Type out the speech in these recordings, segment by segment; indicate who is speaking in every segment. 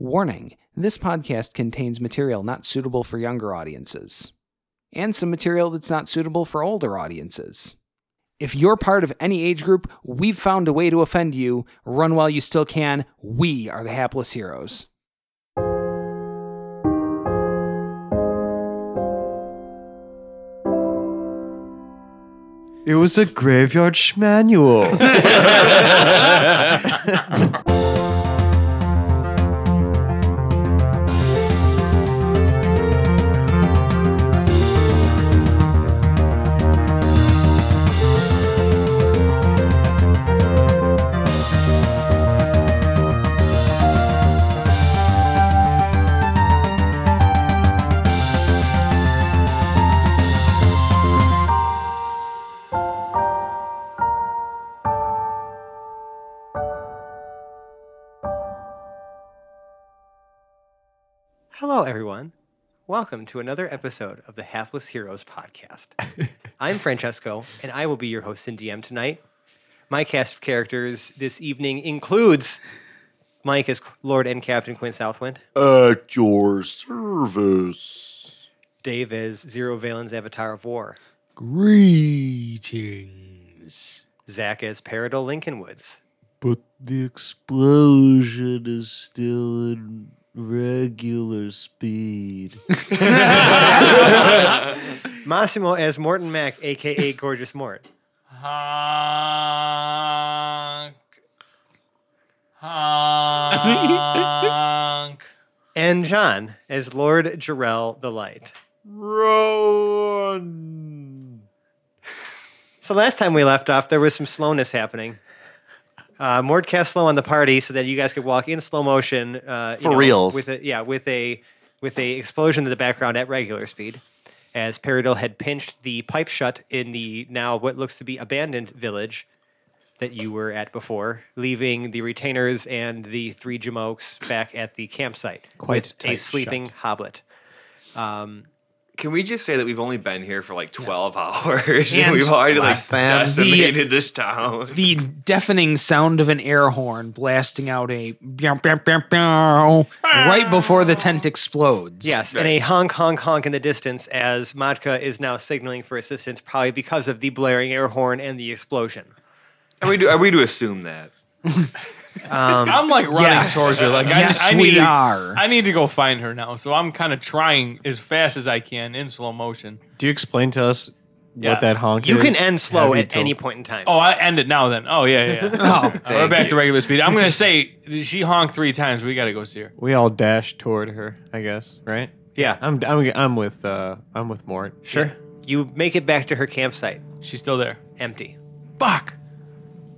Speaker 1: Warning this podcast contains material not suitable for younger audiences, and some material that's not suitable for older audiences. If you're part of any age group, we've found a way to offend you. Run while you still can. We are the hapless heroes.
Speaker 2: It was a graveyard schmanual.
Speaker 3: Hello, everyone. Welcome to another episode of the Hapless Heroes podcast. I'm Francesco, and I will be your host and DM tonight. My cast of characters this evening includes Mike as Lord and Captain Quinn Southwind,
Speaker 4: At your service.
Speaker 3: Dave as Zero Valen's Avatar of War,
Speaker 5: Greetings.
Speaker 3: Zach as Paradol Lincoln Woods,
Speaker 2: but the explosion is still in regular speed.
Speaker 3: Massimo as Morton Mac, aka Gorgeous Mort,
Speaker 5: Honk. Honk.
Speaker 3: and John as Lord Jarrell the Light.
Speaker 2: Run.
Speaker 3: So last time we left off, there was some slowness happening. Uh, Mord cast slow on the party so that you guys could walk in slow motion. Uh, you
Speaker 4: For
Speaker 3: know,
Speaker 4: reals.
Speaker 3: With a, yeah, with a with a explosion in the background at regular speed, as Peridil had pinched the pipe shut in the now what looks to be abandoned village that you were at before, leaving the retainers and the three jamokes back at the campsite
Speaker 5: Quite
Speaker 3: with a
Speaker 5: tight
Speaker 3: sleeping hoblet.
Speaker 6: Can we just say that we've only been here for like 12 hours and,
Speaker 1: And
Speaker 6: we've already like
Speaker 4: less than
Speaker 6: decimated this town?
Speaker 1: The deafening sound of an air horn blasting out a bow, bow, bow, bow, right before the tent explodes.
Speaker 3: Yes, and a honk, honk, honk in the distance as Matka is now signaling for assistance, probably because of the blaring air horn and the explosion.
Speaker 6: Are we, to, are we to assume that?
Speaker 5: I'm like running
Speaker 1: Yes.
Speaker 5: towards her. Like I-
Speaker 1: Yes,
Speaker 5: I,
Speaker 1: we
Speaker 5: need to,
Speaker 1: are.
Speaker 5: I need to go find her now. So I'm kind of trying as fast as I can in slow motion.
Speaker 2: Do you explain to us
Speaker 5: Yeah.
Speaker 2: what that honk
Speaker 3: You
Speaker 2: is?
Speaker 3: can end slow
Speaker 2: Have you
Speaker 3: at any
Speaker 2: told-
Speaker 3: point in time.
Speaker 5: Oh, I end it now then. Oh yeah, yeah. yeah.
Speaker 1: Oh,
Speaker 5: Uh, we're back to regular speed. I'm gonna say she honked three times. We gotta go see her.
Speaker 2: We all dash toward her, I guess, right?
Speaker 3: yeah.
Speaker 2: I'm I'm I'm with uh I'm with Mort.
Speaker 3: sure. You make it back to her campsite,
Speaker 5: She's still there.
Speaker 3: empty.
Speaker 5: Fuck.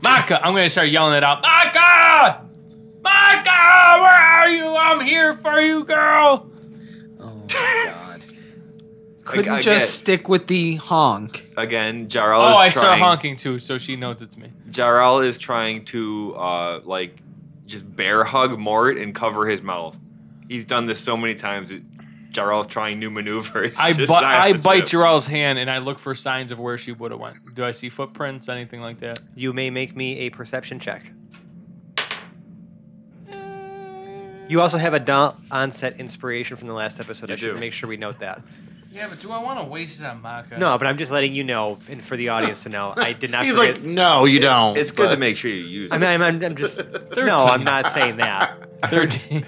Speaker 5: Maka, I'm gonna start yelling it out. Maka! Maka, where are you? I'm here for you, girl.
Speaker 1: couldn't
Speaker 6: Ag-
Speaker 1: just stick with the honk.
Speaker 6: Again, Jarl
Speaker 5: Oh,
Speaker 6: is
Speaker 5: I start
Speaker 6: trying.
Speaker 5: honking too, so she knows it's me.
Speaker 6: Jarl is trying to uh, like just bear hug Mort and cover his mouth. He's done this so many times. Jarl's trying new maneuvers.
Speaker 5: I
Speaker 6: to
Speaker 5: bu- I
Speaker 6: silence
Speaker 5: bite
Speaker 6: him.
Speaker 5: Jarrell's hand and I look for signs of where she would have went. Do I see footprints, anything like that?
Speaker 3: You may make me a perception check. You also have a dull onset inspiration from the last episode.
Speaker 6: You
Speaker 3: I should
Speaker 6: do.
Speaker 3: make sure we note that.
Speaker 5: Yeah, but do I want to waste it on Maka?
Speaker 3: No, but I'm just letting you know, and for the audience to know, I did not.
Speaker 4: He's
Speaker 3: forget-
Speaker 4: like, no, you don't.
Speaker 6: It's good to
Speaker 4: but
Speaker 6: make sure you use it.
Speaker 3: I mean, I'm, I'm, I'm just. No, I'm not saying that.
Speaker 5: thirteen.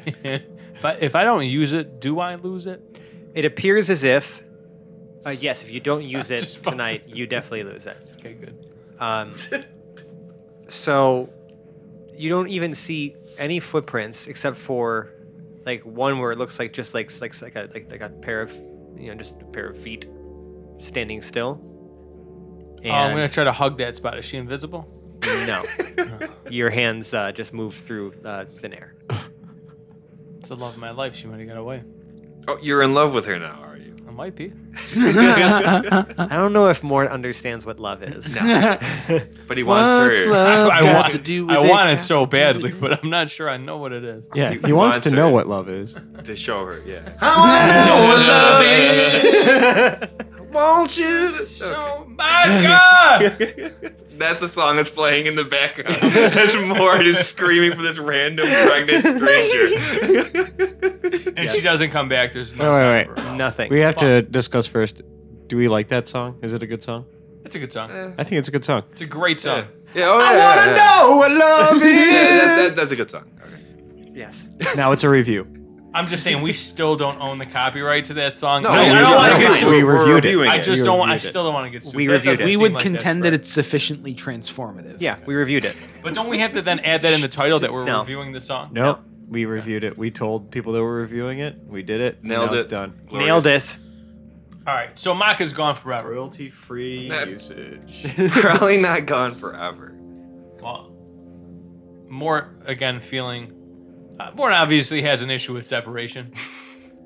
Speaker 5: but if I don't use it, do I lose it?
Speaker 3: It appears as if, uh, yes, if you don't use it
Speaker 5: Just fucking-
Speaker 3: tonight, you definitely lose it.
Speaker 5: Okay, good.
Speaker 3: Um, so you don't even see any footprints except for like one where it looks like just like like like a like, like a pair of you know just a pair of feet standing still.
Speaker 5: Oh, I'm
Speaker 3: And
Speaker 5: gonna try to hug that spot. Is she invisible?
Speaker 3: no, your hands uh, just move through uh, thin air.
Speaker 5: It's the love of my life. She might have got away.
Speaker 6: oh, you're in love with her now, are you?
Speaker 5: I might be.
Speaker 3: I don't know if Mort understands what love is.
Speaker 6: But he wants
Speaker 1: What's
Speaker 6: her.
Speaker 1: love
Speaker 5: I,
Speaker 1: got
Speaker 5: want
Speaker 1: to do with
Speaker 5: I
Speaker 1: it?
Speaker 5: want it so badly, but I'm not sure I know what it is.
Speaker 2: Yeah,
Speaker 6: He-
Speaker 2: he,
Speaker 6: he
Speaker 2: wants to
Speaker 6: wants
Speaker 2: know
Speaker 6: her.
Speaker 2: what love is.
Speaker 6: to show her. Yeah.
Speaker 4: Won't you?
Speaker 5: So my God!
Speaker 6: That's the song that's playing in the background. As Mort is screaming for this random pregnant stranger.
Speaker 5: If she doesn't come back, there's
Speaker 2: Wait,
Speaker 5: no
Speaker 2: wait,
Speaker 5: sign of
Speaker 2: wait.
Speaker 5: her.
Speaker 3: Nothing.
Speaker 2: We have to discuss first. Do we like that song? Is it a good song?
Speaker 5: It's a good song.
Speaker 2: I think it's a good song.
Speaker 5: It's a great song.
Speaker 6: Yeah, oh, I want to
Speaker 2: know what love
Speaker 6: that's a good song. Okay.
Speaker 3: yes.
Speaker 2: now it's a review.
Speaker 5: I'm just saying we still don't own the copyright to that song.
Speaker 6: No,
Speaker 5: I,
Speaker 6: we
Speaker 5: I don't
Speaker 6: don't.
Speaker 5: want
Speaker 6: That's
Speaker 5: to get
Speaker 6: fine.
Speaker 5: sued.
Speaker 2: we
Speaker 6: We're
Speaker 2: reviewed it.
Speaker 6: reviewing
Speaker 5: I
Speaker 6: it.
Speaker 5: just
Speaker 2: You
Speaker 5: don't. want I
Speaker 2: reviewed it.
Speaker 5: still don't want to get sued.
Speaker 3: We
Speaker 5: That
Speaker 3: reviewed
Speaker 5: doesn't
Speaker 3: it.
Speaker 5: seem
Speaker 3: We
Speaker 1: We would
Speaker 5: like that's
Speaker 1: contend
Speaker 5: right.
Speaker 1: that it's sufficiently transformative.
Speaker 3: Yeah, we reviewed it.
Speaker 5: But don't we have to then add that in the title that we're
Speaker 3: No.
Speaker 5: reviewing the song?
Speaker 2: No, we reviewed it. We told people that were reviewing it. We did it.
Speaker 6: Nailed
Speaker 2: now It's
Speaker 6: it.
Speaker 2: done.
Speaker 6: Glorious.
Speaker 3: Nailed it.
Speaker 5: All right. So Maka's gone forever.
Speaker 2: Royalty free
Speaker 6: That-
Speaker 2: usage.
Speaker 6: Probably not gone forever.
Speaker 5: Well, more again feeling. Uh, Morton obviously has an issue with separation,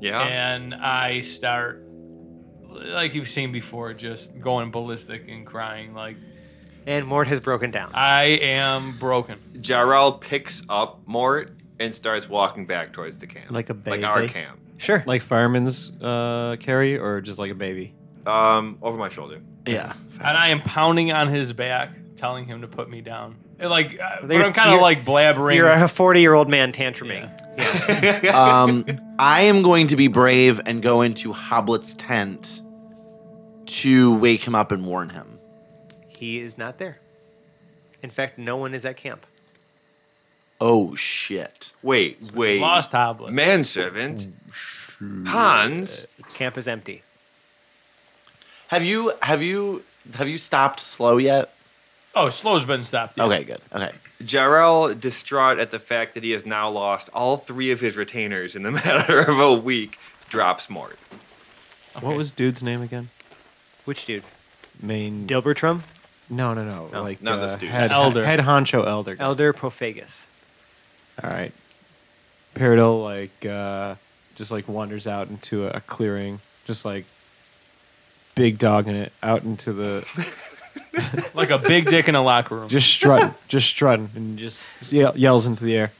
Speaker 6: Yeah.
Speaker 5: and I start, like you've seen before, just going ballistic and crying. Like
Speaker 3: And Mort has broken down.
Speaker 5: I am broken.
Speaker 6: Jarrell picks up Mort and starts walking back towards the camp.
Speaker 2: Like a
Speaker 6: Like our
Speaker 2: baby.
Speaker 6: camp.
Speaker 3: Sure.
Speaker 2: like fireman's uh, carry or just like a baby?
Speaker 6: Um, over my shoulder.
Speaker 2: Yeah.
Speaker 5: and I am pounding on his back, telling him to put me down. And, Like, uh, but
Speaker 3: You're-
Speaker 5: I'm kind of
Speaker 3: you're-
Speaker 5: like blabbering.
Speaker 3: You're a 40 year old man tantruming.
Speaker 4: Um, I am going to be brave and go into Hoblet's tent to wake him up and warn him.
Speaker 3: He is not there. In fact, no one is at camp.
Speaker 4: Oh shit!
Speaker 6: Wait, wait.
Speaker 5: Lost Hoblet.
Speaker 6: Manservant.
Speaker 2: Oh,
Speaker 6: Hans.
Speaker 3: Camp is empty.
Speaker 4: Have you have you have you stopped slow yet?
Speaker 5: Oh, slow's been stopped. yeah.
Speaker 4: Okay, good. Okay.
Speaker 6: Jarrell, distraught at the fact that he has now lost all three of his retainers in the matter of a week, drops Mort.
Speaker 2: What was dude's name again?
Speaker 3: Which dude?
Speaker 2: Main.
Speaker 3: Dilbertrum?
Speaker 2: No, no, no. like
Speaker 6: not
Speaker 2: uh,
Speaker 6: this dude.
Speaker 2: Head,
Speaker 5: Elder.
Speaker 2: Head honcho elder.
Speaker 3: Elder Prophagus.
Speaker 2: All right. Peridot like uh, just like wanders out into a clearing, just like big dogging it out into the
Speaker 5: Like a big dick in a locker room.
Speaker 2: just strutting, just strutting, and just ye- yells into the air.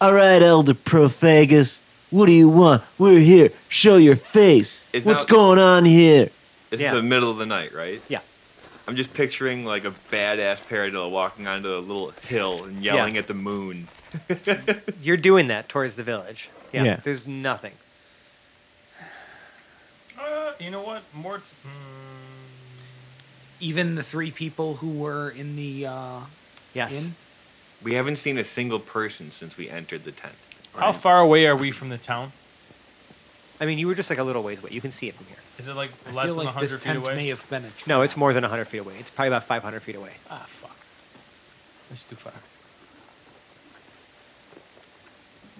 Speaker 2: All right, Elder Prophagus, what do you want? We're here. Show your face.
Speaker 6: It's
Speaker 2: What's
Speaker 6: not-
Speaker 2: going on here?
Speaker 6: It's
Speaker 3: Yeah.
Speaker 6: the middle of the night, right?
Speaker 3: Yeah.
Speaker 6: I'm just picturing like a badass Paradilla walking onto a little hill and yelling at the moon.
Speaker 3: You're doing that towards the village. Yeah.
Speaker 2: Yeah.
Speaker 3: There's nothing.
Speaker 5: Uh, you know what? hmm. Mort's.
Speaker 1: Even the three people who were in the uh,
Speaker 3: Yes.
Speaker 1: inn.
Speaker 6: We haven't seen a single person since we entered the tent.
Speaker 5: How far away are we from the town?
Speaker 3: I mean, you were just like a little ways away. You can see it from here.
Speaker 5: Is it like
Speaker 1: I
Speaker 5: less
Speaker 1: feel
Speaker 5: than
Speaker 1: like
Speaker 5: 100
Speaker 1: this
Speaker 5: feet
Speaker 1: tent
Speaker 5: away?
Speaker 1: may have been a trap.
Speaker 3: No, it's more than 100 feet away. It's probably about 500 feet away.
Speaker 5: Ah, fuck. That's too far.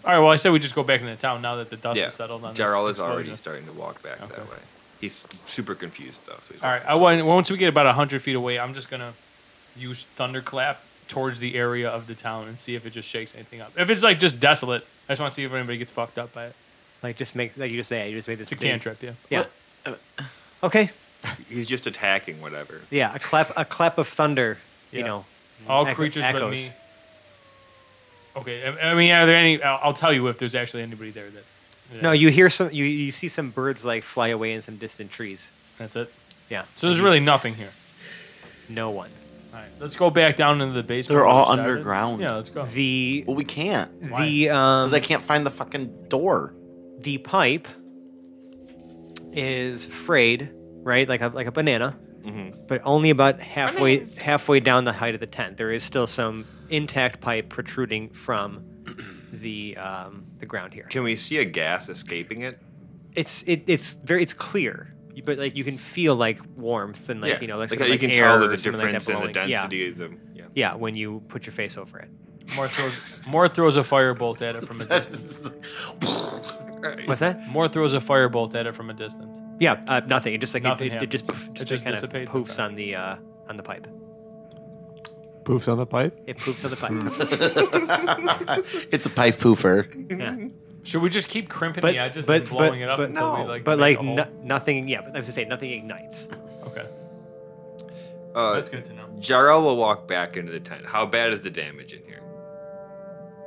Speaker 5: All right. Well, I said we just go back into town now that the
Speaker 3: Oh,
Speaker 5: dust
Speaker 6: yeah.
Speaker 5: has settled on. this
Speaker 6: Jarrell is already
Speaker 5: explosion.
Speaker 6: starting to walk back that
Speaker 5: Okay.
Speaker 6: way. He's super confused though. So he's
Speaker 5: All right. I want once we get about hundred feet away, I'm just gonna use thunderclap towards the area of the town and see if it just shakes anything up. If it's like just desolate, I just want to see if anybody gets fucked up by it.
Speaker 3: Like, just make, like, you just, yeah, you just made this
Speaker 5: It's a
Speaker 3: big-
Speaker 5: cantrip, yeah.
Speaker 3: Yeah. Okay.
Speaker 6: He's just attacking whatever.
Speaker 3: Yeah. A clap, a clap of thunder, you
Speaker 5: Yeah.
Speaker 3: know.
Speaker 5: All
Speaker 3: Echo-
Speaker 5: creatures but
Speaker 3: echoes.
Speaker 5: me. Okay. I, I mean, are there any? I'll, I'll tell you if there's actually anybody there that. that-
Speaker 3: No, you hear some, you, you see some birds like fly away in some distant trees.
Speaker 5: That's it.
Speaker 3: Yeah.
Speaker 5: So there's really nothing here.
Speaker 3: no one.
Speaker 5: All right, let's go back down into the basement.
Speaker 4: They're
Speaker 5: where we
Speaker 4: all
Speaker 5: started.
Speaker 4: underground.
Speaker 5: Yeah, let's go.
Speaker 3: The,
Speaker 4: Well, we can't
Speaker 5: Why?
Speaker 3: the, um,
Speaker 4: because I can't find the fucking door.
Speaker 3: the pipe is frayed, right? Like a like a banana,
Speaker 6: Mm-hmm.
Speaker 3: but only about halfway halfway down the height of the tent. There is still some intact pipe protruding from the um, the ground here.
Speaker 6: Can we see a gas escaping it?
Speaker 3: It's it, it's very it's clear, but like you can feel like warmth and like you know like,
Speaker 6: how
Speaker 3: some,
Speaker 6: you
Speaker 3: like
Speaker 6: can
Speaker 3: air
Speaker 6: tell
Speaker 3: or
Speaker 6: there's a
Speaker 3: something like that
Speaker 6: difference in the
Speaker 3: blowing.
Speaker 6: density
Speaker 3: Yeah.
Speaker 6: of them. Yeah.
Speaker 3: Yeah, when you put your face over it.
Speaker 5: More throws. More throws a firebolt at it from a distance.
Speaker 6: Uh,
Speaker 3: What's that?
Speaker 5: More throws a firebolt at it from a distance.
Speaker 3: Yeah, uh, nothing. It just like it,
Speaker 5: Nothing
Speaker 3: it, it just
Speaker 5: happens.
Speaker 3: poof-
Speaker 5: It
Speaker 3: just,
Speaker 5: just
Speaker 3: kind of
Speaker 5: dissipates,
Speaker 3: poofs
Speaker 5: okay.
Speaker 3: on the uh, on the pipe.
Speaker 2: Poofs on the pipe.
Speaker 3: It poops on the pipe.
Speaker 4: It's a pipe pooper.
Speaker 3: yeah.
Speaker 5: Should we just keep crimping
Speaker 3: But-
Speaker 5: the edges
Speaker 3: but-
Speaker 5: and blowing
Speaker 3: but-
Speaker 5: it up
Speaker 3: but-
Speaker 5: until we
Speaker 6: no,
Speaker 5: like?
Speaker 3: but like
Speaker 5: make a hole?
Speaker 3: no, nothing yeah but i was gonna say nothing ignites
Speaker 5: okay,
Speaker 6: Uh,
Speaker 5: that's good to know.
Speaker 6: Jarrell will walk back into the tent. How bad is the damage in here?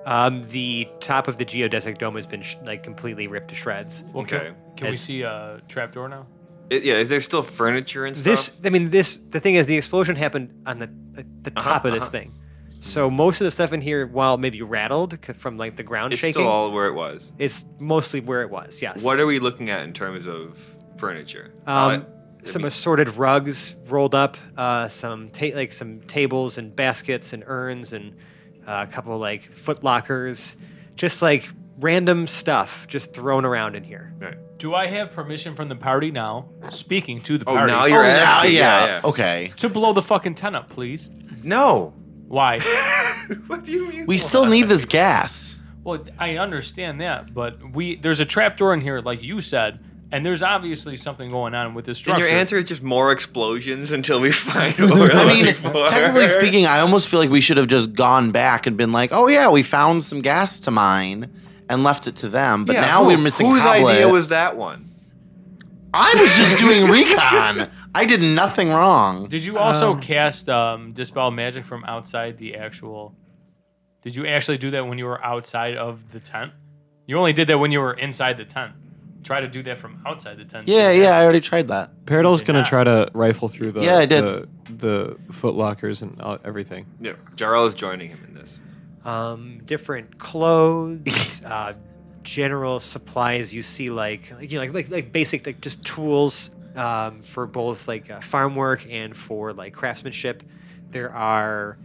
Speaker 3: um the top of the geodesic dome has been sh- like completely ripped to shreds
Speaker 5: Well, can-
Speaker 6: Okay.
Speaker 5: Can, we
Speaker 3: As-
Speaker 5: see a trapdoor now?
Speaker 6: It- yeah, is there still furniture and stuff?
Speaker 3: this i mean this the thing is the explosion happened on the the, the
Speaker 6: Uh-huh,
Speaker 3: top of this
Speaker 6: uh-huh.
Speaker 3: thing So most of the stuff in here, while maybe rattled c- from like the ground
Speaker 6: It's
Speaker 3: shaking,
Speaker 6: still all where it was.
Speaker 3: it's mostly where it was. Yes.
Speaker 6: What are we looking at in terms of furniture?
Speaker 3: Um,
Speaker 6: Uh,
Speaker 3: some
Speaker 6: I mean,
Speaker 3: assorted rugs rolled up, uh, some ta- like some tables and baskets and urns and uh, a couple like foot lockers, just like random stuff just thrown around in here.
Speaker 6: right.
Speaker 5: Do I have permission from the party now? Speaking to the
Speaker 6: Oh,
Speaker 5: party.
Speaker 6: now you're
Speaker 4: Oh, now-
Speaker 6: asking.
Speaker 4: yeah,
Speaker 6: Yeah, yeah.
Speaker 4: Okay.
Speaker 5: to blow the fucking tent up, please.
Speaker 4: No,
Speaker 5: Why?
Speaker 6: What do you mean?
Speaker 4: we still need this gas.
Speaker 5: well, I understand that, but we there's a trap door in here, like you said, and there's obviously something going on with this
Speaker 6: And
Speaker 5: structure.
Speaker 6: your answer is just more explosions until we find what we're
Speaker 4: I mean,
Speaker 6: looking for.
Speaker 4: technically speaking, I almost feel like we should have just gone back and been like, "Oh yeah, we found some gas to mine." And left it to them, but
Speaker 6: Yeah,
Speaker 4: now
Speaker 6: who-
Speaker 4: we're missing.
Speaker 6: Whose idea
Speaker 4: Howlett.
Speaker 6: was that one?
Speaker 4: I was just doing recon. I did nothing wrong.
Speaker 5: Did you also cast um, dispel magic from outside the actual? Did you actually do that when you were outside of the tent? You only did that when you were inside the tent. Try to do that from outside the tent.
Speaker 4: Yeah, yeah, I already tried that.
Speaker 2: Paradol's
Speaker 5: Did
Speaker 2: gonna
Speaker 5: not.
Speaker 2: try to rifle through the
Speaker 4: Yeah, I did.
Speaker 2: the, the foot lockers and all, everything.
Speaker 6: Yeah, Jarl is joining him in this.
Speaker 3: um, different clothes, uh, general supplies you see, like like, you know, like like, like basic like just tools um, for both like uh, farm work and for like craftsmanship. There are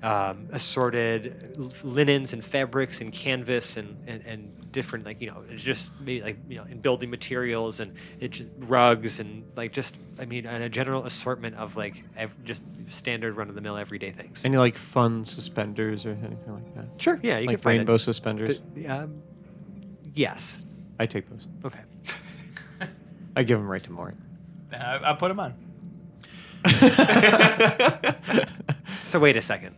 Speaker 3: um, assorted l- linens and fabrics and canvas and, and, and different like you know it's just maybe like you know in building materials and it ju- rugs and like just I mean and a general assortment of like ev- just standard run of the mill everyday things.
Speaker 2: Any like fun suspenders or anything like that?
Speaker 3: sure, yeah, you can
Speaker 2: like
Speaker 3: find it.
Speaker 2: rainbow suspenders.
Speaker 3: The- um, yes.
Speaker 2: I take those.
Speaker 3: Okay.
Speaker 2: I give them right to Mort.
Speaker 5: I, I put them on.
Speaker 3: So wait a second.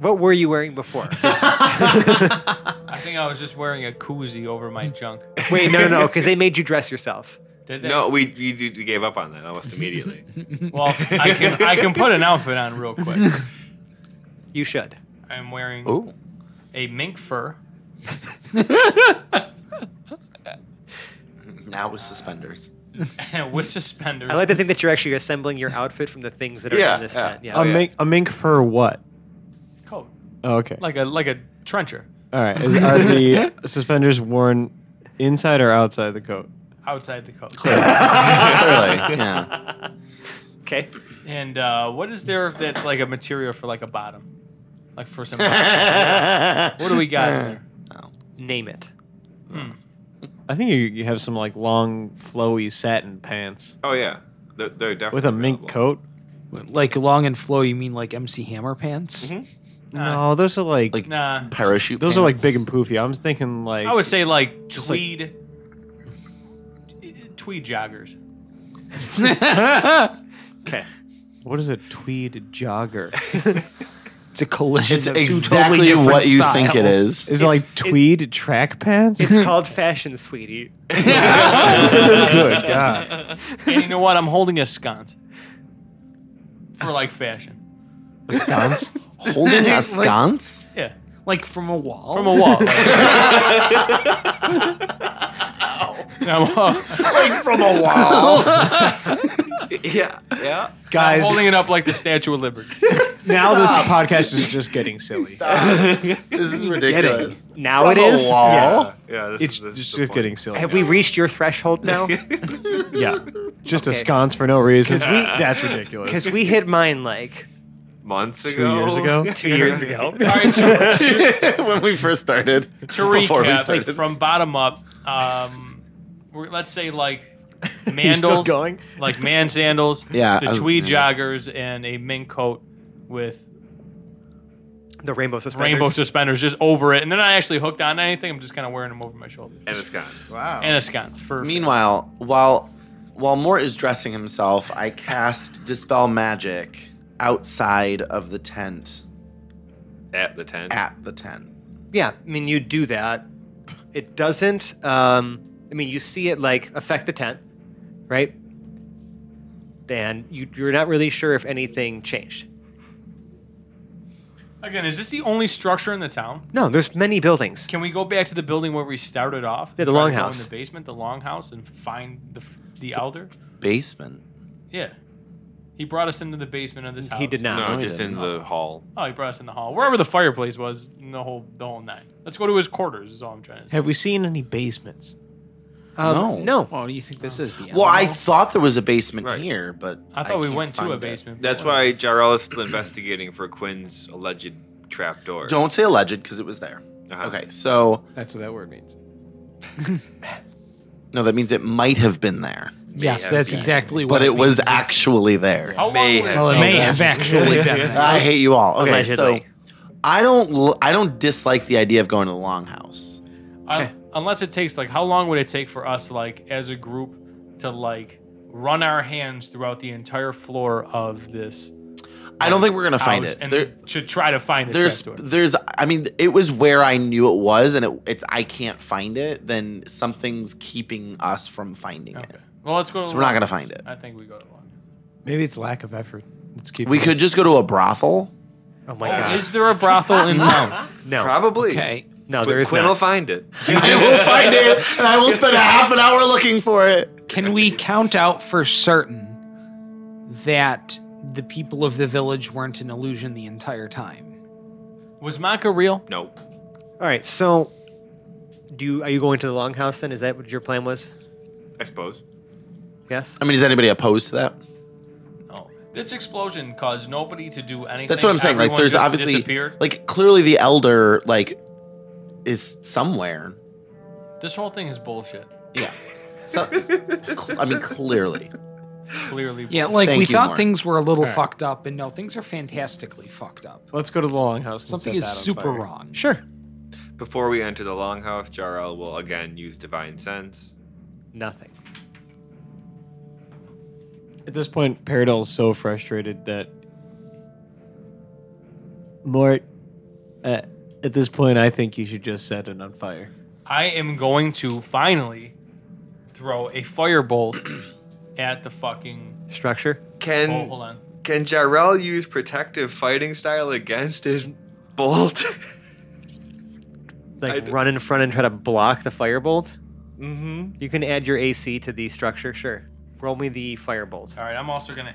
Speaker 3: What were you wearing before?
Speaker 5: I think I was just wearing a koozie over my junk.
Speaker 3: wait, no, no, because they made you dress yourself.
Speaker 5: Did they?
Speaker 6: No, we, we we gave up on that almost immediately.
Speaker 5: Well, I can I can put an outfit on real quick.
Speaker 3: You should.
Speaker 5: I'm wearing
Speaker 4: Ooh.
Speaker 5: a mink fur.
Speaker 4: Now with suspenders.
Speaker 5: with suspenders.
Speaker 3: I like to think that you're actually assembling your outfit from the things that are
Speaker 6: Yeah,
Speaker 3: in this
Speaker 6: yeah.
Speaker 3: tent. Oh, Yeah.
Speaker 2: a
Speaker 6: yeah.
Speaker 2: mink, a mink for what?
Speaker 5: coat,
Speaker 2: Oh, okay.
Speaker 5: like a like a trencher
Speaker 2: All right. Is, are the suspenders worn inside or outside the coat?
Speaker 5: outside the coat.
Speaker 4: Oh, Clearly, yeah.
Speaker 3: Okay.
Speaker 5: And uh, what is there that's like a material for like a bottom, like for some? what do we got in there?
Speaker 3: Name it.
Speaker 2: I think you, you have some like long, flowy satin pants
Speaker 6: Oh yeah, they're, they're definitely
Speaker 2: with a mink
Speaker 6: available.
Speaker 2: coat.
Speaker 1: Like long and flow, you mean like MC Hammer pants?
Speaker 2: no, those are like,
Speaker 4: Like
Speaker 5: Nah,
Speaker 4: parachute.
Speaker 2: those are like
Speaker 4: pants.
Speaker 2: big and poofy. I'm thinking like
Speaker 5: I would say like
Speaker 2: like-
Speaker 5: tweed, tweed joggers.
Speaker 3: Okay.
Speaker 2: what is a tweed jogger?
Speaker 1: It's a collision.
Speaker 4: It's
Speaker 1: of two
Speaker 4: exactly
Speaker 1: totally different
Speaker 4: what you think it
Speaker 1: styles.
Speaker 4: is.
Speaker 2: Is
Speaker 3: It's-
Speaker 2: it like
Speaker 3: it-
Speaker 2: tweed track pants?
Speaker 3: It's called fashion, sweetie.
Speaker 2: Good God.
Speaker 5: And you know what? I'm holding a sconce for like fashion.
Speaker 2: A sconce?
Speaker 4: Holding a
Speaker 1: Like-
Speaker 4: sconce.
Speaker 5: Yeah,
Speaker 1: Like from a wall.
Speaker 5: from a wall. Like. I'm, uh,
Speaker 4: Like from a wall.
Speaker 6: Yeah, yeah.
Speaker 5: I'm
Speaker 2: Guys,
Speaker 5: holding it up like the Statue of Liberty.
Speaker 2: now this podcast is just getting silly.
Speaker 4: this is ridiculous.
Speaker 3: Now it
Speaker 4: From a
Speaker 3: is.
Speaker 4: wall?
Speaker 6: Yeah, yeah this
Speaker 2: It's
Speaker 6: is- this is
Speaker 2: just,
Speaker 6: the
Speaker 2: just
Speaker 6: point.
Speaker 2: getting silly.
Speaker 3: Have we reached your threshold now?
Speaker 2: Yeah. Just a
Speaker 3: Okay.
Speaker 2: sconce for no reason.
Speaker 3: we-
Speaker 2: That's ridiculous.
Speaker 3: Because we hit mine like
Speaker 6: months
Speaker 2: Two
Speaker 6: ago.
Speaker 2: years ago?
Speaker 3: two years ago.
Speaker 5: All right, to,
Speaker 4: when we first started.
Speaker 5: to
Speaker 4: Before we
Speaker 5: recap, like,
Speaker 4: started.
Speaker 5: from bottom up, um, we're, let's say like
Speaker 2: He's still
Speaker 5: mandals,
Speaker 2: going?
Speaker 5: like man sandals,
Speaker 4: Yeah, I
Speaker 5: the
Speaker 4: was-
Speaker 5: tweed
Speaker 4: yeah.
Speaker 5: joggers, and a mink coat with
Speaker 3: The rainbow suspenders.
Speaker 5: rainbow suspenders just over it. And they're not actually hooked on anything. I'm just kind of wearing them over my shoulders.
Speaker 6: And it's gone.
Speaker 5: And a sconce for
Speaker 4: Meanwhile, while while Mort is dressing himself, I cast dispel magic outside of the tent
Speaker 6: At the tent.
Speaker 4: at the tent.
Speaker 3: Yeah, I mean, you do that. It doesn't. Um, I mean, you see it like affect the tent, right? And you, you're not really sure if anything changed.
Speaker 5: Again, is this the only structure in the town?
Speaker 3: No, there's many buildings.
Speaker 5: Can we go back to the building where we started off?
Speaker 3: Yeah,
Speaker 5: and
Speaker 3: the
Speaker 5: try to go
Speaker 3: longhouse.
Speaker 5: In the basement, the longhouse, and find the, f- the elder?
Speaker 4: Basement.
Speaker 5: Yeah. He brought us into the basement of this house.
Speaker 3: He did not.
Speaker 6: No,
Speaker 4: he
Speaker 6: just in
Speaker 4: didn't.
Speaker 6: the hall.
Speaker 5: Oh, he brought us in the hall, wherever the fireplace was, in the whole the whole nine. Let's go to his quarters. Is all I'm trying to say.
Speaker 2: Have we seen any basements?
Speaker 5: Uh,
Speaker 4: No.
Speaker 3: No.
Speaker 1: Oh, do you think this is the
Speaker 4: Well, I
Speaker 1: Alamo?
Speaker 4: thought there was a basement
Speaker 6: Right.
Speaker 4: here, but
Speaker 5: I thought we
Speaker 4: can't
Speaker 5: went to
Speaker 4: find
Speaker 5: a
Speaker 4: it.
Speaker 5: basement.
Speaker 6: That's
Speaker 5: before.
Speaker 6: why Jarl is still investigating for Quinn's alleged trapdoor.
Speaker 4: Don't say alleged because it was there.
Speaker 6: Uh-huh.
Speaker 4: Okay, so
Speaker 2: That's what that word means.
Speaker 4: no, that means it might have been there,
Speaker 6: Yeah,
Speaker 7: Yes, that's
Speaker 6: yeah.
Speaker 7: exactly what.
Speaker 4: but it was
Speaker 7: means.
Speaker 4: actually there.
Speaker 5: How long
Speaker 6: May
Speaker 5: were we
Speaker 6: have.
Speaker 7: Well, it
Speaker 5: in
Speaker 7: may
Speaker 5: jail?
Speaker 7: have actually been. there.
Speaker 4: I hate you all. Okay,
Speaker 3: Allegedly.
Speaker 4: so I don't l- I don't dislike the idea of going to the longhouse.
Speaker 5: Un- unless it takes like how long would it take for us like as a group to like run our hands throughout the entire floor of this
Speaker 4: I don't think we're gonna
Speaker 5: house
Speaker 4: find it.
Speaker 5: and
Speaker 4: There,
Speaker 5: to try to find the
Speaker 4: there's
Speaker 5: trapdoor.
Speaker 4: there's I mean it was where I knew it was, and it, it's I can't find it. Then something's keeping us from finding
Speaker 5: Okay.
Speaker 4: it.
Speaker 5: Well, let's go. To
Speaker 4: So we're not
Speaker 5: Longhorns.
Speaker 4: gonna find it.
Speaker 5: I think we go to long.
Speaker 2: Maybe it's lack of effort. Let's keep.
Speaker 4: We could just go to a brothel.
Speaker 3: Oh my god.
Speaker 5: Is there a brothel in town?
Speaker 3: no.
Speaker 6: Probably.
Speaker 7: Okay.
Speaker 3: no, there is
Speaker 6: Quinn will
Speaker 3: not.
Speaker 6: find it.
Speaker 4: I will find it, and I will spend a half an hour looking for it.
Speaker 7: Can we count out for certain that the people of the village weren't an illusion the entire time?
Speaker 5: Was Maka real?
Speaker 6: No.
Speaker 3: All right. So, do you, are you going to the longhouse then? Is that what your plan was?
Speaker 6: I suppose.
Speaker 3: Yes.
Speaker 4: I mean, is anybody opposed to that?
Speaker 5: No. This explosion caused nobody to do anything.
Speaker 4: That's what I'm saying. Like,
Speaker 5: Everyone
Speaker 4: there's
Speaker 5: just
Speaker 4: obviously
Speaker 5: disappeared.
Speaker 4: like clearly the elder like is somewhere.
Speaker 5: This whole thing is bullshit.
Speaker 4: Yeah. So, cl- I mean, clearly.
Speaker 5: Clearly.
Speaker 7: Yeah, like
Speaker 4: Thank
Speaker 7: we
Speaker 4: you,
Speaker 7: thought
Speaker 4: Mark.
Speaker 7: things were a little fucked up, and no, things are fantastically fucked up.
Speaker 2: Let's go to the longhouse. and
Speaker 7: Something
Speaker 2: set
Speaker 7: is
Speaker 2: that on
Speaker 7: super
Speaker 2: fire.
Speaker 7: wrong.
Speaker 3: Sure.
Speaker 6: Before we enter the longhouse, Jarl will again use divine sense.
Speaker 3: Nothing.
Speaker 2: At this point, Paradol is so frustrated that Mort. Uh, at this point, I think you should just set it on fire.
Speaker 5: I am going to finally throw a firebolt at the fucking.
Speaker 3: Structure.
Speaker 6: Can
Speaker 5: Oh, hold on.
Speaker 6: can Jarl use protective fighting style against his bolt?
Speaker 3: Like
Speaker 6: I'd-
Speaker 3: run in front and try to block the firebolt.
Speaker 6: mm-hmm.
Speaker 3: You can add your AC to the structure. Sure. Roll me the firebolt.
Speaker 5: All right, I'm also gonna.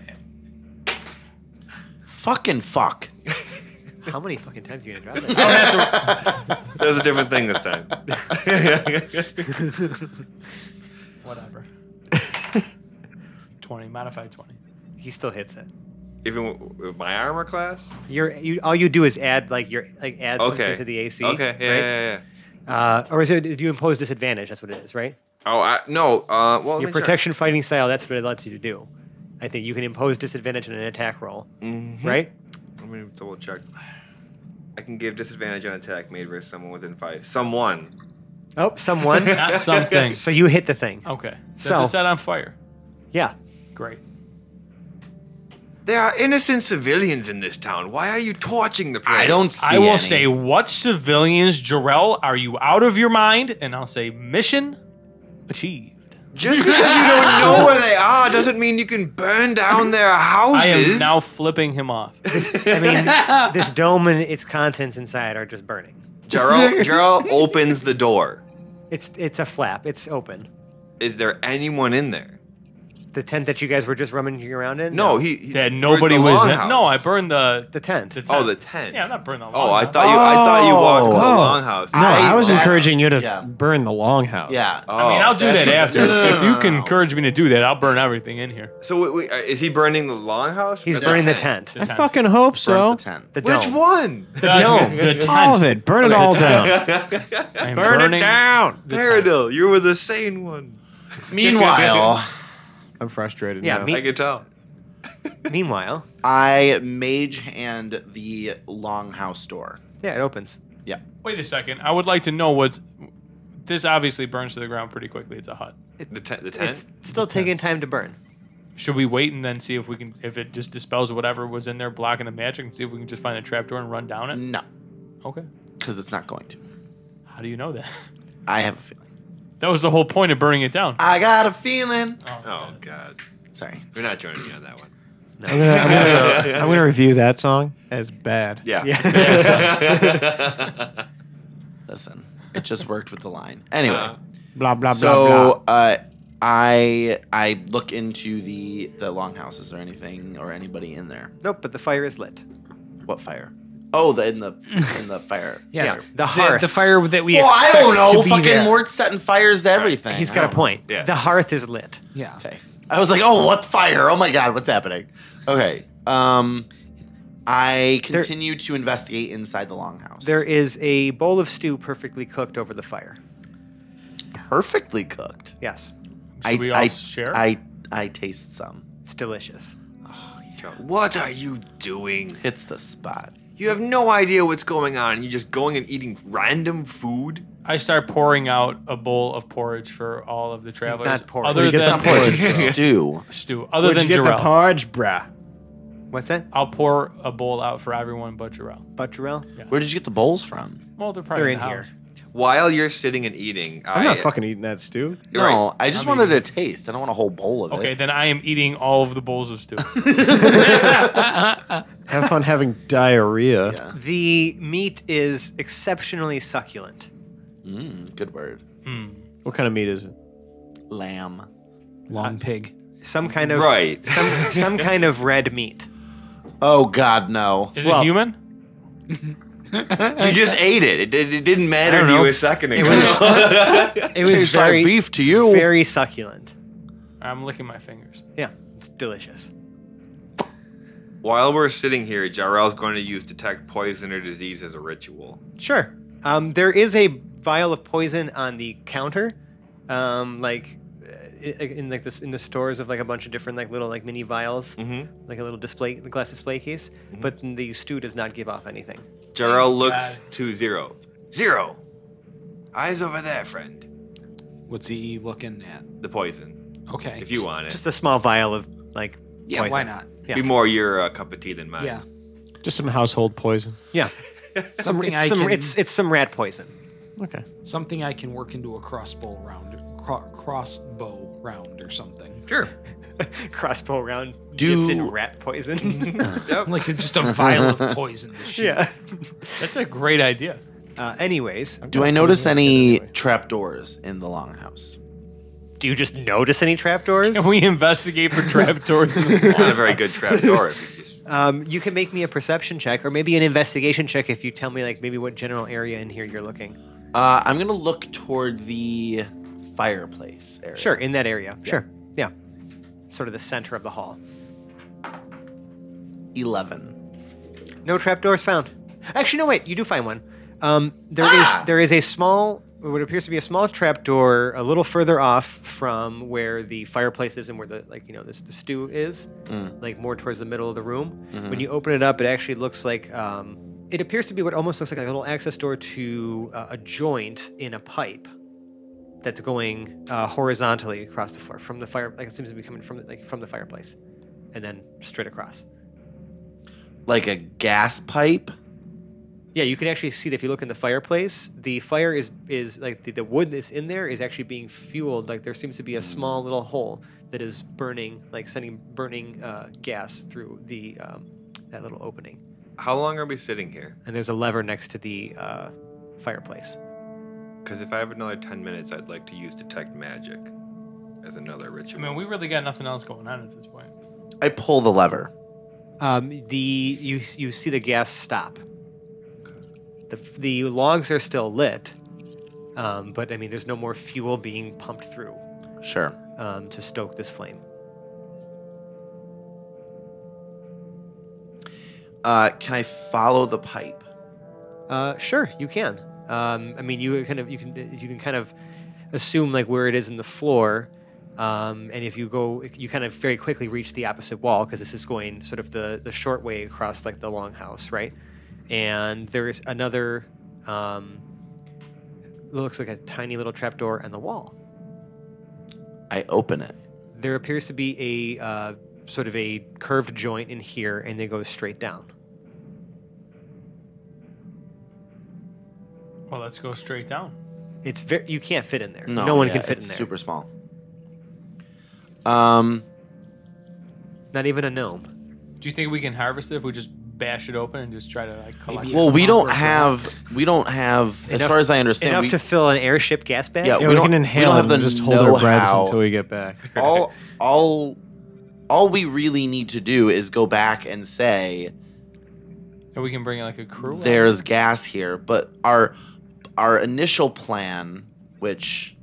Speaker 4: Fucking fuck.
Speaker 3: How many fucking times are you gonna drop
Speaker 5: I
Speaker 3: that?
Speaker 5: don't have to.
Speaker 6: That was a different thing this time.
Speaker 5: Whatever. Twenty modified twenty.
Speaker 3: he still hits it.
Speaker 6: Even w- with my armor class.
Speaker 3: Your you all you do is add like your like add
Speaker 6: Okay.
Speaker 3: something to the AC.
Speaker 6: Okay. Yeah.
Speaker 3: right?
Speaker 6: yeah, yeah.
Speaker 3: Uh, or is it do you impose disadvantage? That's what it is, right?
Speaker 6: Oh I, no. Uh, well,
Speaker 3: Your protection fighting style. That's what it lets you to do. I think you can impose disadvantage on an attack roll,
Speaker 6: Mm-hmm.
Speaker 3: right?
Speaker 6: Let me double check. I can give disadvantage on attack made versus someone within five. Someone.
Speaker 3: Oh, someone.
Speaker 5: Not something.
Speaker 3: so you hit the thing.
Speaker 5: Okay. Set
Speaker 3: So-
Speaker 5: the set on fire.
Speaker 3: Yeah.
Speaker 5: Oh. Great.
Speaker 6: There are innocent civilians in this town. Why are you torching the prey?
Speaker 4: I don't see
Speaker 5: I will
Speaker 4: any.
Speaker 5: say, what civilians, Jarrell? Are you out of your mind? And I'll say, mission achieved.
Speaker 6: Just because you don't know where they are doesn't mean you can burn down their houses.
Speaker 5: I am now flipping him off.
Speaker 3: I mean, this dome and its contents inside are just burning.
Speaker 6: Gerald, Gerald opens the door.
Speaker 3: It's it's a flap. It's open.
Speaker 6: Is there anyone in there?
Speaker 3: The tent that you guys were just rummaging around in.
Speaker 6: No, he. he
Speaker 5: That
Speaker 6: we're
Speaker 5: nobody
Speaker 6: the
Speaker 5: was.
Speaker 6: longhouse.
Speaker 5: In. No, I burned the.
Speaker 3: the tent.
Speaker 5: the
Speaker 6: Oh,
Speaker 5: tent.
Speaker 6: the tent.
Speaker 5: Yeah, I'm not burning the.
Speaker 6: Oh, I
Speaker 5: longhouse.
Speaker 6: thought you. I thought you walked to the
Speaker 2: Oh.
Speaker 6: longhouse.
Speaker 2: No, I, was
Speaker 4: that's-
Speaker 2: encouraging you to
Speaker 4: yeah.
Speaker 2: burn the longhouse.
Speaker 4: Yeah.
Speaker 6: Oh,
Speaker 5: I mean, I'll do
Speaker 6: that's-
Speaker 5: that after.
Speaker 4: No, no, no,
Speaker 5: if you
Speaker 4: no,
Speaker 5: can
Speaker 4: no.
Speaker 5: encourage me to do that, I'll burn everything in here.
Speaker 6: So wait, wait, uh, is he burning the longhouse?
Speaker 3: He's
Speaker 6: or
Speaker 3: burning the tent.
Speaker 5: The
Speaker 2: I
Speaker 5: tent.
Speaker 2: fucking hope so.
Speaker 4: Burnt the tent.
Speaker 3: The
Speaker 6: Which
Speaker 3: dome.
Speaker 6: one?
Speaker 5: The, the tent.
Speaker 2: All of it. Burn it all down.
Speaker 5: I am
Speaker 2: Burn it
Speaker 5: burning
Speaker 2: down.
Speaker 5: the tent.
Speaker 6: Paradil, you were the sane one.
Speaker 4: Meanwhile,
Speaker 2: I'm frustrated.
Speaker 3: Yeah,
Speaker 2: now.
Speaker 3: me-
Speaker 6: I could tell.
Speaker 3: Meanwhile,
Speaker 4: I mage hand the longhouse door.
Speaker 3: yeah, it opens.
Speaker 4: Yeah.
Speaker 5: Wait a second. I would like to know what's. This obviously burns to the ground pretty quickly. It's a hut.
Speaker 6: The, te- the tent.
Speaker 3: It's still taking time to burn.
Speaker 5: Should we wait and then see if we can, if it just dispels whatever was in there blocking the magic, and see if we can just find a trapdoor and run down it?
Speaker 4: No,
Speaker 5: Okay.
Speaker 4: because it's not going to.
Speaker 5: How do you know that?
Speaker 4: I have a feeling.
Speaker 5: That was the whole point of burning it down.
Speaker 4: I got a feeling.
Speaker 6: oh God,
Speaker 4: Sorry.
Speaker 6: you're not joining me on that one.
Speaker 2: I'm gonna, I'm gonna- I'm gonna review that song as bad.
Speaker 6: Yeah.
Speaker 4: Listen, it just worked with the line. Anyway.
Speaker 6: Uh,
Speaker 2: Blah blah
Speaker 4: so
Speaker 2: blah blah.
Speaker 4: Uh, I I look into the the longhouse. Is there anything or anybody in there?
Speaker 3: Nope, but the fire is lit.
Speaker 4: What fire? Oh, the in the in the fire.
Speaker 7: Yes.
Speaker 3: Yeah, the
Speaker 7: The,
Speaker 3: hearth.
Speaker 7: the fire that we
Speaker 4: Well, I
Speaker 7: expect
Speaker 4: don't know.
Speaker 7: to be
Speaker 4: Fucking
Speaker 7: there.
Speaker 4: Mort's setting fires to everything.
Speaker 3: He's
Speaker 4: I
Speaker 3: got a
Speaker 4: don't
Speaker 3: point.
Speaker 6: Yeah.
Speaker 3: The hearth is lit.
Speaker 7: Yeah.
Speaker 4: know. Okay. I was like, oh, what fire? Oh my god, what's happening? Okay. Um, I continue to investigate inside the longhouse.
Speaker 3: There is a bowl of stew perfectly cooked over the fire.
Speaker 4: perfectly cooked.
Speaker 3: Yes,
Speaker 5: Should we all
Speaker 4: I,
Speaker 5: share?
Speaker 4: I I taste some.
Speaker 3: it's delicious.
Speaker 6: What are you doing?
Speaker 4: Hits the spot.
Speaker 6: You have no idea what's going on. You're just going and eating random food.
Speaker 5: I start pouring out a bowl of porridge for all of the travelers.
Speaker 3: Not porridge.
Speaker 5: Other
Speaker 3: Where'd
Speaker 4: Get some
Speaker 5: than
Speaker 4: porridge stew.
Speaker 5: stew. Other
Speaker 2: Where'd
Speaker 5: than
Speaker 2: you get the
Speaker 5: Jarrell.
Speaker 2: porridge, bruh?
Speaker 3: What's that?
Speaker 5: I'll pour a bowl out for everyone but Jarrell.
Speaker 3: Butterell?
Speaker 4: Where did you get the bowls from?
Speaker 5: Well, they're
Speaker 3: They're
Speaker 5: probably in the
Speaker 3: in here.
Speaker 5: house.
Speaker 6: While you're sitting and eating,
Speaker 2: I'm not fucking eating that stew.
Speaker 6: You're
Speaker 4: no,
Speaker 6: right.
Speaker 4: I just
Speaker 5: I mean-
Speaker 4: wanted a taste. I don't want a whole bowl of it.
Speaker 5: Okay, then I am eating all of the bowls of stew.
Speaker 2: Have fun having diarrhea.
Speaker 4: Yeah.
Speaker 3: The meat is exceptionally succulent.
Speaker 4: Mm, good word.
Speaker 2: What kind of meat is it?
Speaker 4: Lamb. Uh,
Speaker 7: Long pig.
Speaker 3: Some kind of
Speaker 6: Right.
Speaker 3: Some some kind of red meat.
Speaker 4: Oh God, no.
Speaker 5: Is
Speaker 3: Well-
Speaker 5: it human?
Speaker 6: You just ate it. It, did, it didn't
Speaker 3: I
Speaker 6: matter
Speaker 3: don't
Speaker 6: to
Speaker 3: know.
Speaker 6: you a second
Speaker 3: It
Speaker 6: ago.
Speaker 3: was, it was
Speaker 4: Tastes like
Speaker 3: very,
Speaker 4: beef to you.
Speaker 3: very succulent.
Speaker 5: I'm licking my fingers.
Speaker 3: Yeah, it's delicious.
Speaker 6: While we're sitting here, Jarrell's going to use detect poison or disease as a ritual.
Speaker 3: Sure. Um, there is a vial of poison on the counter, um, like uh, in in, like this in the stores of like a bunch of different like little like mini vials,
Speaker 6: Mm-hmm.
Speaker 3: like a little display glass display case.
Speaker 4: Mm-hmm.
Speaker 3: But the stew does not give off anything.
Speaker 6: Jarrell looks to zero. Zero. Eyes over there, friend.
Speaker 7: What's he looking at?
Speaker 6: The poison,
Speaker 7: Okay.
Speaker 6: if you want it.
Speaker 3: Just a small vial of like.
Speaker 7: Yeah,
Speaker 3: poison.
Speaker 7: why not?
Speaker 3: Yeah.
Speaker 6: Be more your uh, cup of tea than mine.
Speaker 7: Yeah.
Speaker 2: Just some household poison.
Speaker 3: Yeah.
Speaker 7: Something
Speaker 3: it's
Speaker 7: I
Speaker 3: some
Speaker 7: can
Speaker 3: it's it's some rat poison.
Speaker 2: Okay.
Speaker 7: something I can work into a crossbow round cro- crossbow round or something.
Speaker 6: Sure.
Speaker 3: Crossbow round
Speaker 4: Do-
Speaker 3: dipped in rat poison.
Speaker 7: Like just a vial of poison to shoot.
Speaker 3: yeah.
Speaker 5: That's a great idea.
Speaker 3: Uh, anyways,
Speaker 4: Do I notice any trapdoors in the longhouse?
Speaker 3: do you just notice any trapdoors?
Speaker 5: And we investigate for trapdoors. in the
Speaker 6: Not a
Speaker 5: wall.
Speaker 6: very good trapdoor. If you just
Speaker 3: Um, you can make me a perception check or maybe an investigation check if you tell me like maybe what general area in here you're looking.
Speaker 4: Uh, I'm gonna look toward the fireplace area.
Speaker 3: Sure, in that area. Sure. Yeah. Sort of the center of the hall.
Speaker 4: Eleven.
Speaker 3: No trapdoors found. Actually, no. Wait, you do find one. Um, there is
Speaker 4: Ah!
Speaker 3: there is a small, what appears to be a small trapdoor, a little further off from where the fireplace is and where the like you know this the stew is, like more towards the middle of the room. When you open it up, it actually looks like um, it appears to be what almost looks like a little access door to uh, a joint in a pipe that's going uh, horizontally across the floor from the fire. Like it seems to be coming from like from the fireplace, and then straight across.
Speaker 4: Like a gas pipe.
Speaker 3: Yeah, you can actually see that if you look in the fireplace, the fire is is like the, the wood that's in there is actually being fueled. Like there seems to be a small little hole that is burning, like sending burning uh, gas through the um, that little opening.
Speaker 6: How long are we sitting here?
Speaker 3: And there's a lever next to the uh, fireplace.
Speaker 6: Because if I have another 10 minutes, I'd like to use detect magic as another
Speaker 5: I
Speaker 6: ritual.
Speaker 5: mean, we really got nothing else going on at this point.
Speaker 4: I pull the lever.
Speaker 3: Um, the you you see the gas stop. The the logs are still lit, um, but I mean there's no more fuel being pumped through
Speaker 4: Sure.
Speaker 3: um, to stoke this flame.
Speaker 4: Uh, can I follow the pipe?
Speaker 3: Uh, sure, you can. Um, I mean, you kind of you can you can kind of assume like where it is in the floor, um, and if you go, you kind of very quickly reach the opposite wall because this is going sort of the the short way across like the long house, right? And there is another. Um, looks like a tiny little trapdoor on the wall.
Speaker 4: I open it.
Speaker 3: There appears to be a uh, sort of a curved joint in here, and they go straight down.
Speaker 5: Well, let's go straight down.
Speaker 3: It's very you can't fit in there.
Speaker 4: No,
Speaker 3: No, one
Speaker 4: yeah,
Speaker 3: can fit
Speaker 4: it's
Speaker 3: in there.
Speaker 4: Super small. Um,
Speaker 3: Not even a gnome.
Speaker 5: Do you think we can harvest it if we just bash it open and just try to like collect.
Speaker 7: Maybe-
Speaker 5: it?
Speaker 4: Well, we don't
Speaker 7: Conquer.
Speaker 4: have we don't have as
Speaker 3: Enough-
Speaker 4: far as I understand
Speaker 3: Enough
Speaker 4: we,
Speaker 3: to fill an airship gas bag.
Speaker 4: Yeah,
Speaker 2: Yeah,
Speaker 4: we
Speaker 2: we,
Speaker 4: don't-
Speaker 2: can
Speaker 4: we
Speaker 2: inhale
Speaker 4: don't have
Speaker 2: them
Speaker 4: the
Speaker 2: and just hold our breaths
Speaker 4: know-how.
Speaker 2: until we get back.
Speaker 4: all all all we really need to do is go back and say
Speaker 5: And we can bring like a crew. out.
Speaker 4: there's gas here but our our initial plan which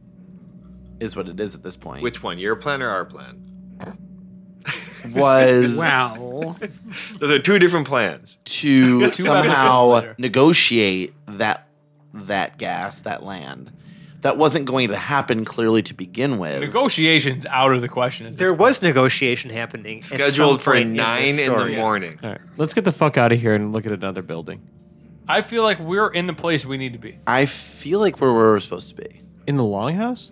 Speaker 4: is what it is at this point
Speaker 6: Which one? Your plan or our plan?
Speaker 4: was
Speaker 7: Well,
Speaker 6: Those are two different plans.
Speaker 4: to
Speaker 5: Two episodes
Speaker 4: somehow
Speaker 5: later.
Speaker 4: negotiate that that gas that land that wasn't going to happen clearly to begin with
Speaker 5: negotiations out of the question. at this
Speaker 3: There
Speaker 5: point.
Speaker 3: was negotiation happening. at some
Speaker 6: Scheduled for
Speaker 3: point in
Speaker 6: nine in the
Speaker 3: story.
Speaker 6: morning.
Speaker 2: All right, let's get the fuck out of here and look at another building.
Speaker 5: I feel like we're in the place we need to be.
Speaker 4: i feel like we're where we're supposed to be
Speaker 2: In the longhouse?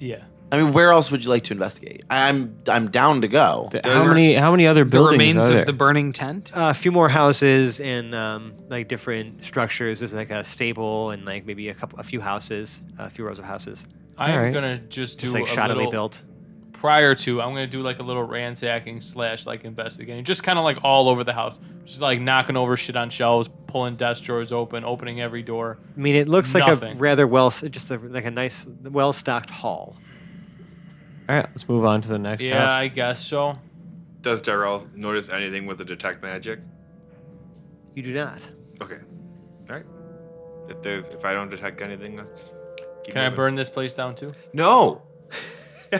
Speaker 5: Yeah.
Speaker 4: i mean where else would you like to investigate i'm i'm down to go
Speaker 2: The- How many? How many other
Speaker 7: the
Speaker 2: buildings
Speaker 7: remains
Speaker 2: are
Speaker 7: of
Speaker 2: there?
Speaker 7: the burning tent.
Speaker 3: Uh, a few more houses and um, like different structures. There's like a stable and like maybe a couple, a few houses, a few rows of houses,
Speaker 5: I'm
Speaker 2: Alright.
Speaker 5: gonna just do
Speaker 3: just like
Speaker 5: a
Speaker 3: shoddily
Speaker 5: little,
Speaker 3: built.
Speaker 5: prior to. I'm gonna do like a little ransacking slash like investigating, just kind of like all over the house, just like knocking over shit on shelves, pulling desk drawers open, opening every door.
Speaker 3: I mean, it looks like
Speaker 5: Nothing.
Speaker 3: a rather well, just a, like a nice, well stocked hall.
Speaker 2: All right, let's move on to the next
Speaker 5: Yeah,
Speaker 2: house.
Speaker 5: I guess so.
Speaker 6: Does Jarrell notice anything with the detect magic?
Speaker 3: You do not.
Speaker 6: Okay. All right. If there, if I don't detect anything, let's. Keep
Speaker 5: Can I
Speaker 6: moving.
Speaker 5: burn this place down too?
Speaker 6: No.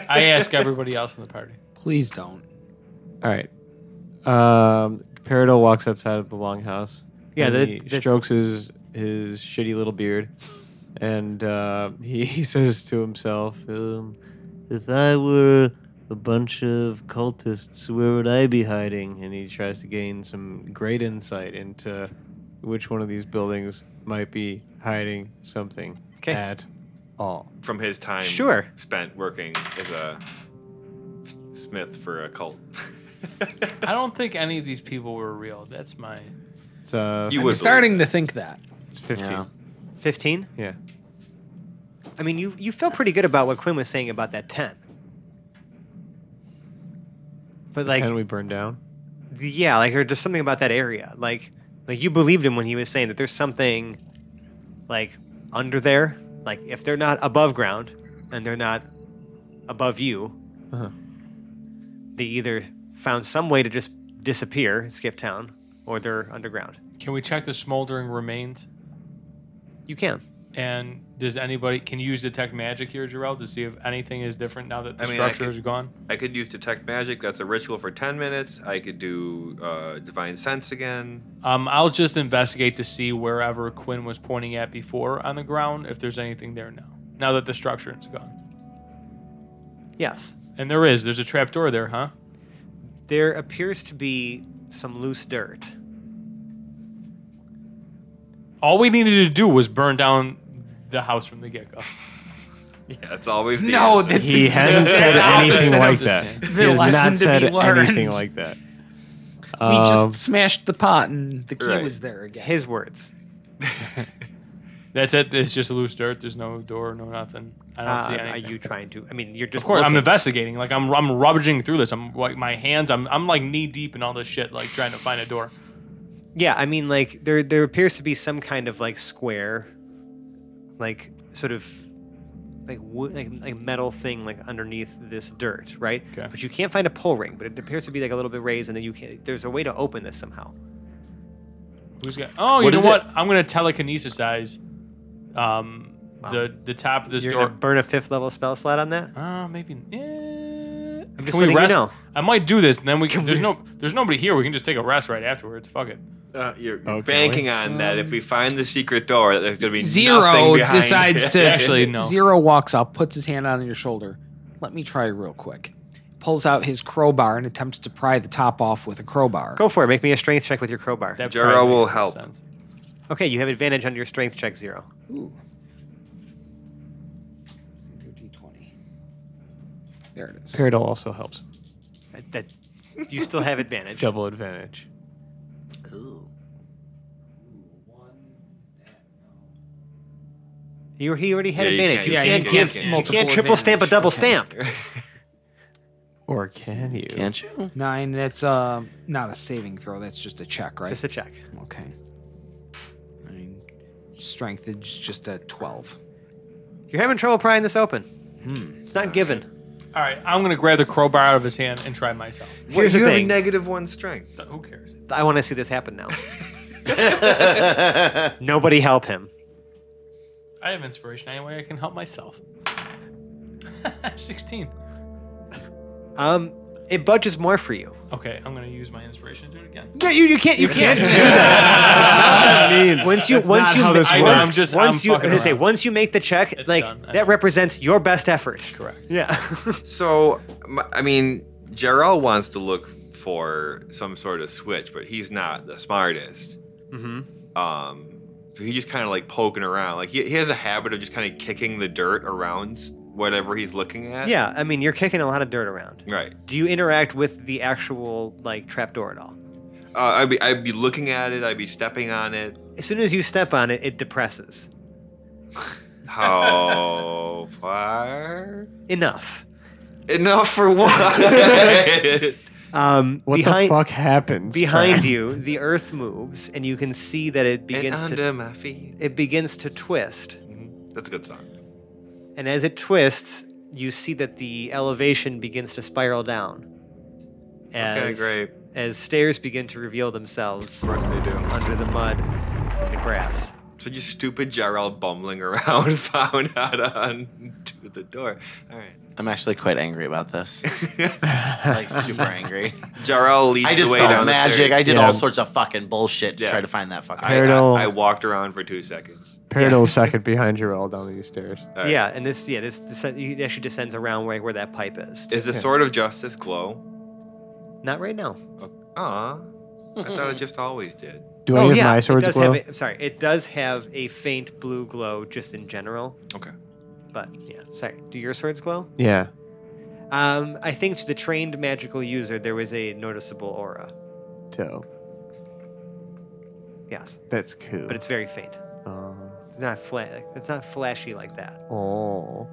Speaker 5: I ask everybody else in the party.
Speaker 7: Please don't.
Speaker 2: All right. Um, Peridot walks outside of the longhouse.
Speaker 3: Yeah,
Speaker 2: and
Speaker 3: the-
Speaker 2: he
Speaker 3: the-
Speaker 2: strokes his his shitty little beard, and uh, he, he says to himself, um, "If I were a bunch of cultists, where would I be hiding?" And he tries to gain some great insight into which one of these buildings might be hiding something
Speaker 3: 'Kay.
Speaker 2: at all.
Speaker 6: From his time.
Speaker 3: Sure.
Speaker 6: Spent working as a s- smith for a cult.
Speaker 5: I don't think any of these people were real. That's my.
Speaker 2: It's uh,
Speaker 6: You
Speaker 7: I'm
Speaker 6: would
Speaker 7: starting to think that.
Speaker 2: it's fifteen.
Speaker 4: Yeah.
Speaker 3: Fifteen.
Speaker 2: yeah.
Speaker 3: I mean, you you feel pretty good about what Quinn was saying about that tent. But like,
Speaker 2: Ten we burn down.
Speaker 3: yeah, like there's just something about that area. Like, like you believed him when he was saying that there's something, like, under there. Like, if they're not above ground, and they're not above you,
Speaker 2: Uh-huh.
Speaker 3: they either found some way to just disappear, skip town, or they're underground.
Speaker 5: Can we check the smoldering remains?
Speaker 3: You can.
Speaker 5: And does anybody can you use detect magic here, Jarrell, to see if anything is different now that the
Speaker 6: I mean, I
Speaker 5: structure
Speaker 6: could-
Speaker 5: is gone?
Speaker 6: I could use detect magic. That's a ritual for ten minutes. I could do uh, divine sense again.
Speaker 5: Um, I'll just investigate to see wherever Quinn was pointing at before on the ground if there's anything there now. Now that the structure is gone,
Speaker 3: Yes.
Speaker 5: and there is. There's a trap door there, huh?
Speaker 3: There appears to be some loose dirt.
Speaker 5: All we needed to do was burn down the house from the get go.
Speaker 6: Yeah, that's always the
Speaker 7: No,
Speaker 6: answer.
Speaker 7: that's-
Speaker 2: He hasn't said
Speaker 7: Yeah.
Speaker 2: anything
Speaker 7: Opposite
Speaker 2: like
Speaker 5: of
Speaker 2: that.
Speaker 5: the
Speaker 2: He
Speaker 7: The
Speaker 2: has
Speaker 7: lesson
Speaker 2: not
Speaker 7: to
Speaker 2: said
Speaker 7: be learned.
Speaker 2: anything like that.
Speaker 7: we
Speaker 2: Um,
Speaker 7: just smashed the pot and the key
Speaker 6: Right.
Speaker 7: was there again.
Speaker 3: His words.
Speaker 5: That's it. It's just loose dirt. There's no door, no nothing. I don't
Speaker 3: Uh,
Speaker 5: see
Speaker 3: are
Speaker 5: anything.
Speaker 3: you trying to? I mean, you're just.
Speaker 5: Of course, I'm
Speaker 3: looking.
Speaker 5: investigating. Like I'm, I'm rummaging through this. I'm like my hands. I'm, I'm like knee deep in all this shit. Like trying to find a door.
Speaker 3: Yeah, I mean, like there there appears to be some kind of like square, like sort of like wood, like, like metal thing like underneath this dirt, right?
Speaker 5: Okay.
Speaker 3: But you can't find a pull ring, but it appears to be like a little bit raised, and then you can. There's a way to open this somehow.
Speaker 5: Who's got? Oh, you
Speaker 4: What
Speaker 5: know
Speaker 4: is
Speaker 5: what? I'm gonna telekinesisize, um, the the top of this
Speaker 3: You're
Speaker 5: door.
Speaker 3: gonna burn a fifth level spell slot on that.
Speaker 5: Uh, maybe. Eh,
Speaker 3: I'm just letting you know.
Speaker 5: I might do this, and then we can. There's no. There's nobody here. We can just take a rest right afterwards. Fuck it.
Speaker 6: Uh, you're
Speaker 2: Oh, can
Speaker 6: banking on that. If we find the secret door, there's gonna be nothing
Speaker 7: Zero
Speaker 6: behind
Speaker 7: decides
Speaker 6: it.
Speaker 7: to
Speaker 5: Actually, no.
Speaker 7: Zero walks up, puts his hand on your shoulder. Let me try real quick. Pulls out his crowbar and attempts to pry the top off with a crowbar.
Speaker 3: Go for it. Make me a strength check with your crowbar.
Speaker 5: That
Speaker 6: Jarrah
Speaker 5: probably
Speaker 6: will
Speaker 5: makes more
Speaker 6: help.
Speaker 5: sense.
Speaker 3: Okay, you have advantage on your strength check zero.
Speaker 7: D20. There it is.
Speaker 2: Peridot also helps.
Speaker 3: That, that you still have advantage.
Speaker 2: Double advantage.
Speaker 3: You he already had
Speaker 6: Yeah, you
Speaker 3: advantage.
Speaker 6: can't-
Speaker 3: You
Speaker 6: yeah,
Speaker 3: can't,
Speaker 6: you
Speaker 3: give-
Speaker 6: can't-
Speaker 3: you can't triple stamp a double stamp.
Speaker 2: Or can you?
Speaker 4: Can't you?
Speaker 7: Nine. That's uh, not a saving throw. That's just a check, right?
Speaker 3: Just a check.
Speaker 7: okay. I mean, strength is just a twelve.
Speaker 3: You're having trouble prying this open. It's not given.
Speaker 5: All right, I'm gonna grab the crowbar out of his hand and try myself.
Speaker 3: Here's
Speaker 6: you
Speaker 3: the
Speaker 6: have a
Speaker 3: thing.
Speaker 6: negative one strength.
Speaker 5: Th- Who cares?
Speaker 3: I want to see this happen now. Nobody help him.
Speaker 5: I have inspiration anyway. I can help myself. 16.
Speaker 3: Um, it budges more for you.
Speaker 5: Okay, I'm gonna use my inspiration to do it again.
Speaker 3: Yeah, you, you can't you can't do that.
Speaker 2: That means
Speaker 3: Once you once
Speaker 2: not
Speaker 3: you
Speaker 2: how this
Speaker 5: I know,
Speaker 3: once,
Speaker 5: I'm just-
Speaker 3: once
Speaker 5: I'm
Speaker 3: you
Speaker 5: fucking
Speaker 3: I say
Speaker 5: around.
Speaker 3: once you make the check
Speaker 5: It's
Speaker 3: like
Speaker 5: done. I know.
Speaker 3: that represents your best effort.
Speaker 5: Correct.
Speaker 3: Yeah.
Speaker 6: So, m- I mean, Jarrell wants to look for some sort of switch, but he's not the smartest.
Speaker 3: mm-hmm.
Speaker 6: Um, so he just kind of like poking around. Like he, he has a habit of just kind of kicking the dirt around s- whatever he's looking at.
Speaker 3: Yeah, I mean you're kicking a lot of dirt around.
Speaker 6: Right.
Speaker 3: Do you interact with the actual like trapdoor at all?
Speaker 6: Uh, I'd be I'd be looking at it. I'd be stepping on it.
Speaker 3: As soon as you step on it, it depresses.
Speaker 6: How far?
Speaker 3: Enough.
Speaker 6: Enough for what?
Speaker 3: Um,
Speaker 2: What
Speaker 3: behind,
Speaker 2: the fuck happens?
Speaker 3: Behind
Speaker 2: Frank?
Speaker 3: you, the earth moves, and you can see that it
Speaker 6: and
Speaker 3: begins to
Speaker 6: under my feet. Mm-hmm.
Speaker 3: it begins to twist.
Speaker 6: That's a good song.
Speaker 3: And as it twists, you see that the elevation begins to spiral down.
Speaker 6: Okay, great.
Speaker 3: As stairs begin to reveal themselves
Speaker 6: Of course they do.
Speaker 3: under the mud and the grass.
Speaker 6: So just stupid Jarrell bumbling around found how to undo the door. All right.
Speaker 4: I'm actually quite angry about this. like super angry.
Speaker 6: Jarrell leads
Speaker 4: I just
Speaker 6: the way
Speaker 4: felt
Speaker 6: down the
Speaker 4: magic.
Speaker 6: stairs.
Speaker 4: I did
Speaker 2: Yeah.
Speaker 4: all sorts of fucking bullshit to
Speaker 6: Yeah.
Speaker 4: try to find that fucking.
Speaker 6: I, I,
Speaker 2: Turtle.
Speaker 6: I walked around for two seconds.
Speaker 2: Paradol second behind Jarell down these stairs.
Speaker 6: All right.
Speaker 3: Yeah, and this yeah this, this it actually descends around right where that pipe is.
Speaker 6: Is the sword of justice glow?
Speaker 3: Not right now.
Speaker 6: Ah. I thought it just always did.
Speaker 2: Do any of
Speaker 3: Oh, yeah,
Speaker 2: my
Speaker 3: it
Speaker 2: swords
Speaker 3: does
Speaker 2: glow?
Speaker 3: Have a, I'm sorry, it does have a faint blue glow just in general,
Speaker 6: Okay.
Speaker 3: but yeah. Sorry, do your swords glow?
Speaker 2: Yeah.
Speaker 3: Um, I think to the trained magical user, there was a noticeable aura.
Speaker 2: Dope.
Speaker 3: Yes,
Speaker 2: That's cool.
Speaker 3: but it's very faint.
Speaker 2: Uh,
Speaker 3: It's not fla- like, It's not flashy like that.
Speaker 2: oh.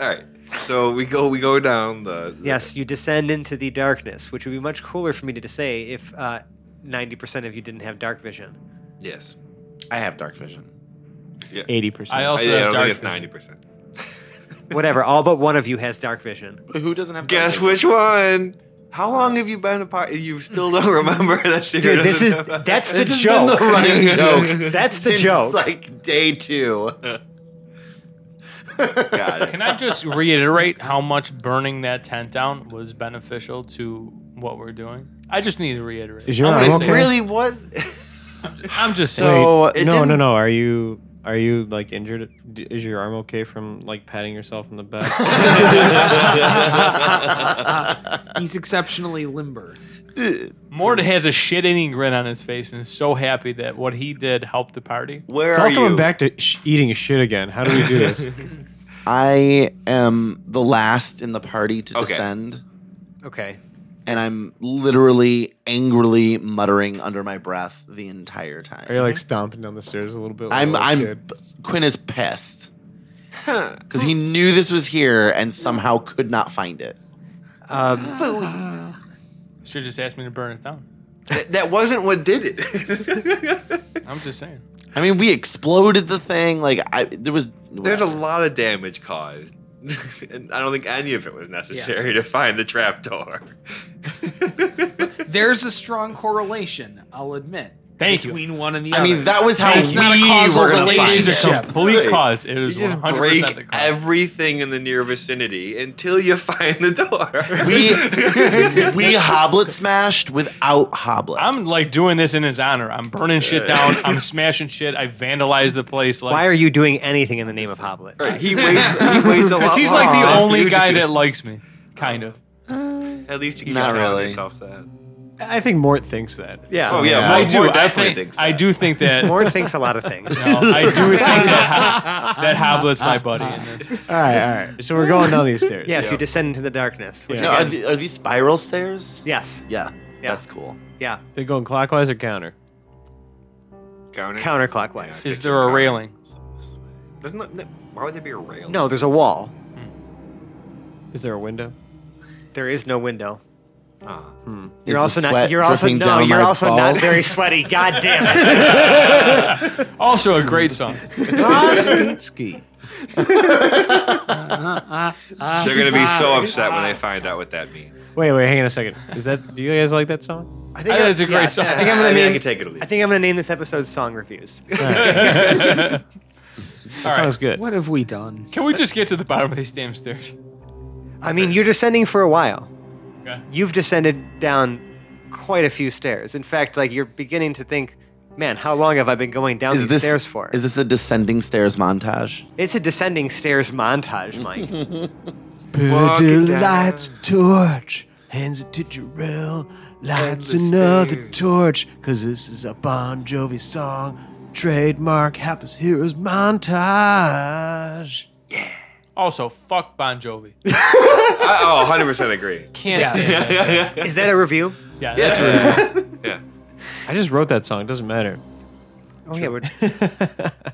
Speaker 6: All right. So we go we go down the
Speaker 3: Yes, you descend into the darkness, which would be much cooler for me to say if uh, ninety percent of you didn't have dark vision.
Speaker 6: Yes.
Speaker 4: I have dark vision.
Speaker 2: Eighty percent.
Speaker 5: I also
Speaker 6: I, I
Speaker 5: have
Speaker 6: don't think
Speaker 5: dark
Speaker 6: it's
Speaker 5: vision.
Speaker 6: ninety percent.
Speaker 3: Whatever, all but one of you has dark vision.
Speaker 4: But who doesn't have?
Speaker 6: Guess which one? How long have you been apart? You still don't remember that
Speaker 3: Dude, this is that's the joke.
Speaker 4: running joke.
Speaker 3: That's the
Speaker 4: Since,
Speaker 3: joke.
Speaker 4: Like day two.
Speaker 6: God.
Speaker 5: Can I just reiterate how much burning that tent down was beneficial to what we're doing? I just need to reiterate.
Speaker 2: Is your
Speaker 5: I'm
Speaker 2: arm
Speaker 5: just
Speaker 2: okay?
Speaker 5: saying-
Speaker 6: really was.
Speaker 5: I'm just saying.
Speaker 2: So
Speaker 6: it
Speaker 2: no, no,
Speaker 6: didn't-
Speaker 2: no. Are you are you like injured? D- Is your arm okay from like patting yourself in the back?
Speaker 7: He's exceptionally limber.
Speaker 5: Mord has a shit-eating grin on his face and is so happy that what he did helped the party.
Speaker 6: Where
Speaker 2: it's
Speaker 6: are
Speaker 2: all
Speaker 6: you?
Speaker 2: coming back to sh- eating shit again. How do we do this?
Speaker 4: I am the last in the party to
Speaker 6: Okay.
Speaker 4: descend,
Speaker 3: Okay,
Speaker 4: and I'm literally angrily muttering under my breath the entire time.
Speaker 2: Are you like stomping down the stairs a little bit? like a
Speaker 4: I'm.
Speaker 2: little
Speaker 4: I'm.
Speaker 2: kid?
Speaker 4: Quinn is pissed because he knew this was here and somehow could not find it.
Speaker 5: Should just ask me to burn it down.
Speaker 6: That, that wasn't what did it.
Speaker 5: I'm just saying.
Speaker 4: I mean, we exploded the thing. Like I, there was.
Speaker 6: There's a lot of damage caused. and I don't think any of it was necessary to find the trapdoor.
Speaker 7: There's a strong correlation, I'll admit.
Speaker 5: Thank you.
Speaker 7: between one and the
Speaker 4: I
Speaker 7: other.
Speaker 4: mean, that was how
Speaker 5: It's
Speaker 4: we
Speaker 5: not a causal
Speaker 4: were gonna find
Speaker 5: It is a
Speaker 4: it.
Speaker 5: complete
Speaker 6: Right.
Speaker 5: cause. It
Speaker 6: You
Speaker 5: is
Speaker 6: just
Speaker 5: 100% the
Speaker 6: break
Speaker 5: cause.
Speaker 6: everything in the near vicinity until you find the door.
Speaker 4: We we hoblet smashed without hoblet.
Speaker 5: I'm like doing this in his honor. I'm burning shit down. I'm smashing shit. I vandalized the place. Like,
Speaker 3: why are you doing anything in the name of Hoblet?
Speaker 6: Right, he waits. He waits a lot.
Speaker 5: Because he's like the
Speaker 6: longer.
Speaker 5: only guy that likes me, kind of.
Speaker 6: At least you can
Speaker 4: Not
Speaker 6: not really.
Speaker 4: really.
Speaker 6: yourself that.
Speaker 2: I think Mort thinks that.
Speaker 3: Yeah,
Speaker 6: Oh yeah,
Speaker 4: Yeah.
Speaker 6: Mort-
Speaker 5: I do.
Speaker 6: Mort
Speaker 5: I
Speaker 6: definitely
Speaker 5: think.
Speaker 6: thinks
Speaker 5: I
Speaker 6: that.
Speaker 5: do think that. no,
Speaker 3: Mord thinks a lot of things.
Speaker 5: I do think that Hob- that Hoblet's my buddy. In this.
Speaker 2: All right, all right. So we're going down these stairs.
Speaker 3: Yes, you descend into the darkness. Which
Speaker 4: No, are,
Speaker 3: again-
Speaker 4: the, are these spiral stairs?
Speaker 3: yes,
Speaker 4: Yeah,
Speaker 3: Yeah.
Speaker 4: that's cool.
Speaker 3: yeah,
Speaker 2: They're going clockwise or counter.
Speaker 6: Counter.
Speaker 3: counterclockwise.
Speaker 5: Is there a railing?
Speaker 6: There's not. no- Why would there be a rail?
Speaker 3: No, there's a wall.
Speaker 2: Is there a window?
Speaker 3: There is no window.
Speaker 6: Ah.
Speaker 3: You're
Speaker 4: the
Speaker 3: also not.
Speaker 4: sweat
Speaker 3: You're also
Speaker 4: dripping
Speaker 3: no.
Speaker 4: down
Speaker 3: You're
Speaker 4: my
Speaker 3: also not
Speaker 4: balls?
Speaker 3: very sweaty. God damn it!
Speaker 5: Also a great song.
Speaker 2: Rostinsky.
Speaker 7: Uh-huh,
Speaker 6: They're gonna be so upset when they find out what that means.
Speaker 2: Wait, wait, hang on a second. Is that? Do you guys like that song?
Speaker 3: I
Speaker 5: I think it's a great song.
Speaker 3: I think I'm gonna
Speaker 6: mean, I
Speaker 3: name.
Speaker 6: can take it or leave.
Speaker 3: I
Speaker 6: it.
Speaker 3: think I'm gonna name this episode "Song Reviews."
Speaker 2: That sounds good.
Speaker 7: What have we done?
Speaker 5: Can we just get to the bottom of these damn stairs?
Speaker 3: I mean, you're descending for a while.
Speaker 5: Okay.
Speaker 3: You've descended down quite a few stairs. In fact, like you're beginning to think, man, how long have I been going down
Speaker 4: Is
Speaker 3: these
Speaker 4: this
Speaker 3: stairs for?
Speaker 4: Is this a descending stairs montage?
Speaker 3: it's a descending stairs montage, Mike.
Speaker 6: Walk it down.
Speaker 2: torch, hands it to Jarrell, lights another torch, cause this is a Bon Jovi song, trademark Hapless Heroes montage.
Speaker 5: Also, fuck Bon Jovi.
Speaker 6: I, oh, 100 percent agree.
Speaker 5: Can't.
Speaker 3: Is that a review?
Speaker 5: Yeah, that's right.
Speaker 6: Yeah.
Speaker 2: I just wrote that song, doesn't matter.
Speaker 3: Oh yeah, we're, Yeah,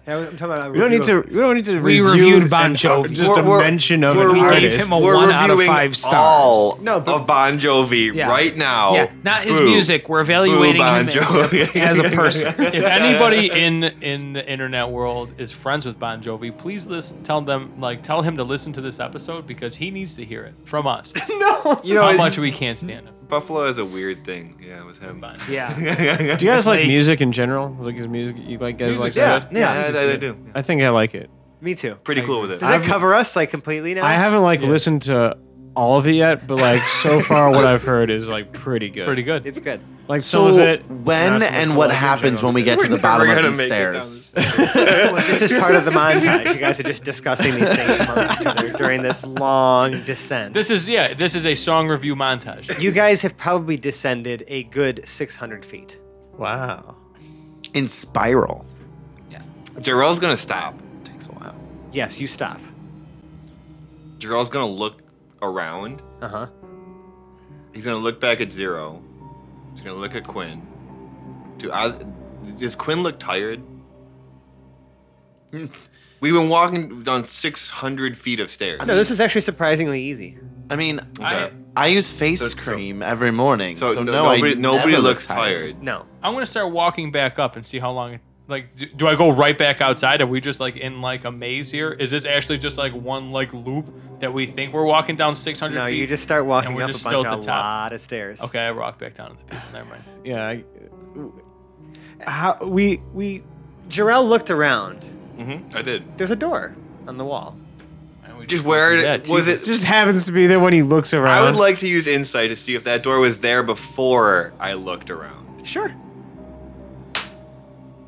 Speaker 3: I'm talking about a
Speaker 2: We don't need
Speaker 3: review
Speaker 2: to.
Speaker 3: of-
Speaker 2: We don't need to.
Speaker 7: We
Speaker 2: review
Speaker 7: reviewed Bon
Speaker 2: an-
Speaker 7: Jovi.
Speaker 2: Just a
Speaker 6: We're- we're-
Speaker 2: mention of an
Speaker 6: we're reviewing-
Speaker 2: artist.
Speaker 7: him a one out of
Speaker 6: reviewing
Speaker 7: five stars.
Speaker 6: All
Speaker 3: No, but-
Speaker 6: of Bon Jovi
Speaker 7: Yeah.
Speaker 6: right now.
Speaker 7: yeah, not his
Speaker 6: Oh, Boo.
Speaker 7: music. We're
Speaker 6: Boo
Speaker 7: evaluating
Speaker 6: Bon
Speaker 7: him as
Speaker 6: Jovi.
Speaker 7: a, as a person.
Speaker 5: if anybody in in the internet world is friends with Bon Jovi, please listen. Tell them like tell him to listen to this episode because he needs to hear it from us.
Speaker 6: you know,
Speaker 5: How
Speaker 6: it-
Speaker 5: much we can't stand him.
Speaker 6: Buffalo is a weird thing. Yeah, with him.
Speaker 5: Bon Jovi.
Speaker 7: Yeah.
Speaker 2: Do you guys like
Speaker 7: Like-
Speaker 2: music in general? Like his music? You like guys like
Speaker 5: Music's
Speaker 2: that?
Speaker 5: good.
Speaker 6: Yeah, I, I do.
Speaker 2: I think I like it.
Speaker 3: Me too.
Speaker 6: Pretty cool with it.
Speaker 3: Does that cover us like completely now?
Speaker 2: I haven't like listened to all of it yet, but like so far, what I've heard is like pretty good.
Speaker 5: Pretty good.
Speaker 3: It's good.
Speaker 2: Like some of it.
Speaker 4: when and what happens when we get to the bottom of these stairs?
Speaker 3: This is part of the montage. You guys are just discussing these things amongst each other during this long descent.
Speaker 5: this is yeah. This is a song review montage.
Speaker 3: you guys have probably descended a good 600 feet.
Speaker 2: Wow.
Speaker 4: In spiral.
Speaker 6: Jarrell's gonna stop.
Speaker 4: Takes a while.
Speaker 3: Yes, you stop.
Speaker 6: Jarrell's gonna look around.
Speaker 3: Uh huh.
Speaker 6: He's gonna look back at Zero. He's gonna look at Quinn. Do I, does Quinn look tired? We've been walking down 600 feet of stairs.
Speaker 3: No, this was actually surprisingly easy.
Speaker 4: I mean,
Speaker 5: I,
Speaker 4: I use face
Speaker 6: So it's cool.
Speaker 4: cream every morning, so,
Speaker 6: so, no,
Speaker 4: no,
Speaker 6: nobody,
Speaker 4: I
Speaker 6: nobody
Speaker 4: never look
Speaker 6: looks tired.
Speaker 3: No.
Speaker 5: I'm gonna start walking back up and see how long. It, like, do, do I go right back outside? Are we just like in like a maze here? Is this actually just like one like loop that we think we're walking down 600
Speaker 3: No,
Speaker 5: feet?
Speaker 3: you just start walking
Speaker 5: we're
Speaker 3: up a
Speaker 5: just
Speaker 3: bunch
Speaker 5: still
Speaker 3: of
Speaker 5: at
Speaker 3: a
Speaker 5: the top.
Speaker 3: lot of stairs.
Speaker 5: okay. I rock back down to the people. Never mind.
Speaker 2: Yeah. I, how we we
Speaker 3: Jarrell looked around.
Speaker 6: Mm-hmm, I did.
Speaker 3: There's a door on the wall.
Speaker 5: Why don't we
Speaker 6: Just where
Speaker 5: Yeah,
Speaker 6: it was
Speaker 5: Jesus.
Speaker 6: it?
Speaker 2: just happens to be there when he looks around.
Speaker 6: I would like to use insight to see if that door was there before I looked around.
Speaker 3: Sure.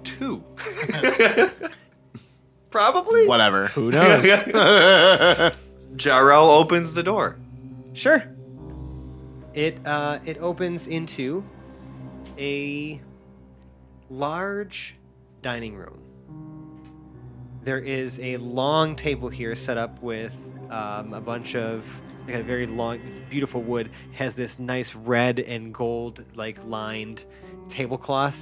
Speaker 6: Two. Probably.
Speaker 4: Whatever.
Speaker 2: Who knows?
Speaker 6: Jarrell opens the door.
Speaker 3: Sure. It uh, it opens into a large dining room. There is a long table here set up with um, a bunch of like a very long, beautiful wood. Has this nice red and gold like lined tablecloth.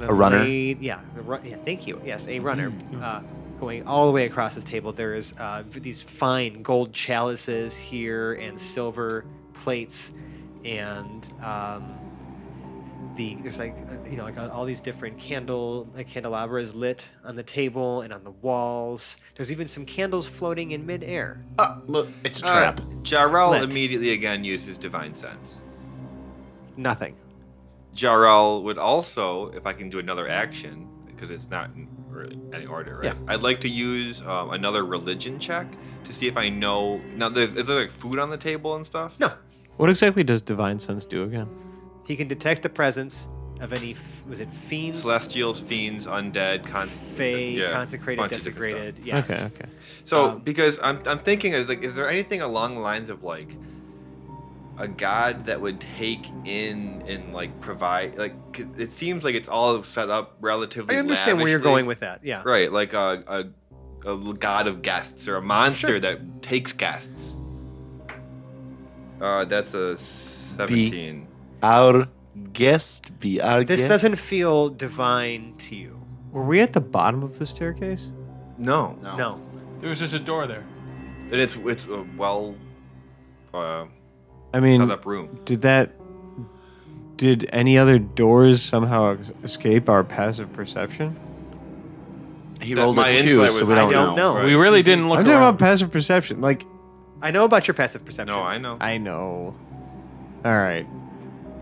Speaker 4: A runner?
Speaker 3: Laid- yeah, a ru- yeah. Thank you. Yes, a runner. Uh, going all the way across this table, there is uh, these fine gold chalices here and silver plates, and um, the there's like uh, you know like uh, all these different candle like candelabras lit on the table and on the walls. There's even some candles floating in midair.
Speaker 4: Uh, look, it's a trap.
Speaker 6: Uh, Jarrell
Speaker 3: Lit.
Speaker 6: immediately again uses divine sense.
Speaker 3: Nothing.
Speaker 6: Jarrell would also, if I can do another action, because it's not in really any order, right? I'd like to use um, another religion check to see if I know. Now, there's, is there like food on the table and stuff?
Speaker 3: No,
Speaker 2: what exactly does divine sense do again?
Speaker 3: he can detect the presence of any f- was it fiends,
Speaker 6: Celestials, fiends, undead, con-
Speaker 3: fey,
Speaker 6: yeah,
Speaker 3: consecrated,
Speaker 6: bunch of different stuff.
Speaker 3: desecrated. Yeah.
Speaker 2: Okay. Okay.
Speaker 6: So
Speaker 3: Um,
Speaker 6: because I'm I'm thinking is like is there anything along the lines of like a god that would take in and like provide like 'cause it seems like it's all set up relatively.
Speaker 3: I understand where you're
Speaker 6: lavishly.
Speaker 3: going with that. Yeah.
Speaker 6: Right, like a a, a god of guests or a monster
Speaker 3: Sure.
Speaker 6: that takes guests. Uh, that's a seventeen.
Speaker 4: Our guest be our
Speaker 3: This
Speaker 4: guest.
Speaker 3: doesn't feel divine to you.
Speaker 2: Were we at the bottom of the staircase?
Speaker 6: No,
Speaker 4: No.
Speaker 3: No.
Speaker 5: There was just a door there.
Speaker 6: And it's it's a well uh,
Speaker 2: I mean,
Speaker 6: set up room.
Speaker 2: did that? Did any other doors somehow ex- escape our passive perception?
Speaker 4: He
Speaker 6: That-
Speaker 4: rolled a
Speaker 6: my
Speaker 4: two,
Speaker 6: insight
Speaker 4: so
Speaker 6: was-
Speaker 4: we
Speaker 6: I
Speaker 4: don't,
Speaker 3: don't know.
Speaker 5: We really didn't look
Speaker 2: I'm talking
Speaker 5: around.
Speaker 2: about passive perception. Like
Speaker 3: I know about your passive perception.
Speaker 6: No, I know.
Speaker 2: I know. All right.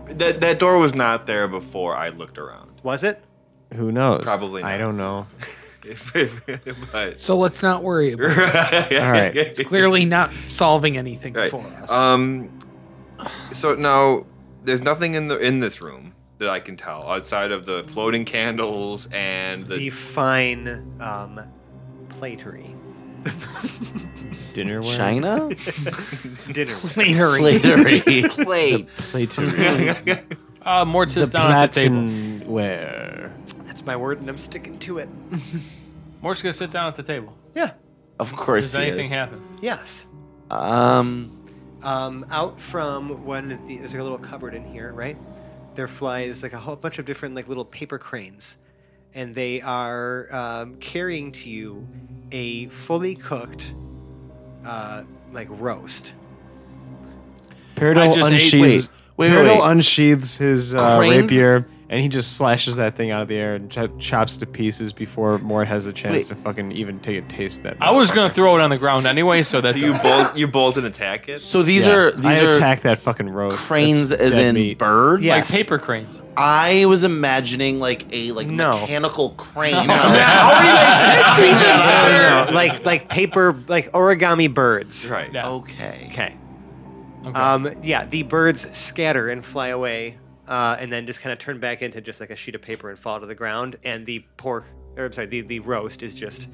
Speaker 6: That that door was not there before I looked around.
Speaker 3: Was it?
Speaker 2: Who knows?
Speaker 6: Probably
Speaker 2: I
Speaker 6: not.
Speaker 2: don't know.
Speaker 6: If- if- but
Speaker 7: So let's not worry about it.
Speaker 2: right.
Speaker 7: It's clearly not solving anything
Speaker 6: Right.
Speaker 7: for us.
Speaker 6: Um, so now there's nothing in the in this room that I can tell outside of the floating candles and the.
Speaker 3: The fine um, platery.
Speaker 2: Dinnerware.
Speaker 4: China?
Speaker 3: Dinner.
Speaker 7: Later.
Speaker 4: Platery. Plate.
Speaker 2: Platery.
Speaker 5: Uh, Mort
Speaker 2: the
Speaker 5: sits down at the table.
Speaker 2: platinware.
Speaker 3: That's my word, and I'm sticking to it.
Speaker 5: Mort's gonna sit down at the table.
Speaker 3: Yeah.
Speaker 4: Of course
Speaker 5: Does
Speaker 4: he
Speaker 5: anything
Speaker 4: is.
Speaker 5: happen?
Speaker 3: Yes.
Speaker 4: Um,
Speaker 3: Um, out from one of the there's like a little cupboard in here, right? There flies like a whole bunch of different like little paper cranes, and they are um, carrying to you a fully cooked, uh, like roast.
Speaker 5: I
Speaker 2: Peridol
Speaker 5: just ate-
Speaker 2: unsheathes.
Speaker 4: wait, wait,
Speaker 2: Peridot
Speaker 4: wait.
Speaker 2: unsheathes his uh,
Speaker 4: Cranes?
Speaker 2: rapier, and he just slashes that thing out of the air and ch- chops to pieces before Mort has a chance
Speaker 4: Wait.
Speaker 2: to fucking even take a taste of that.
Speaker 5: I was gonna throw it on the ground anyway, so
Speaker 6: so
Speaker 5: that's
Speaker 6: you bolt you bolt and attack it.
Speaker 4: so these
Speaker 2: Yeah.
Speaker 4: are these
Speaker 2: I
Speaker 4: are
Speaker 2: attack that fucking roast. That's
Speaker 4: cranes as
Speaker 2: dead
Speaker 4: in
Speaker 2: meat.
Speaker 4: birds.
Speaker 5: like
Speaker 3: Yes.
Speaker 5: paper cranes.
Speaker 4: I was imagining like a like
Speaker 3: No.
Speaker 4: mechanical crane.
Speaker 5: No.
Speaker 4: How are you guys picturing that?
Speaker 3: like like paper like origami birds.
Speaker 6: right.
Speaker 4: Oh,
Speaker 5: Yeah.
Speaker 4: Okay.
Speaker 3: Okay.
Speaker 5: Okay.
Speaker 3: Um, yeah, the birds scatter and fly away, uh, and then just kind of turn back into just like a sheet of paper and fall to the ground. And the pork, or I'm sorry, the, the roast is just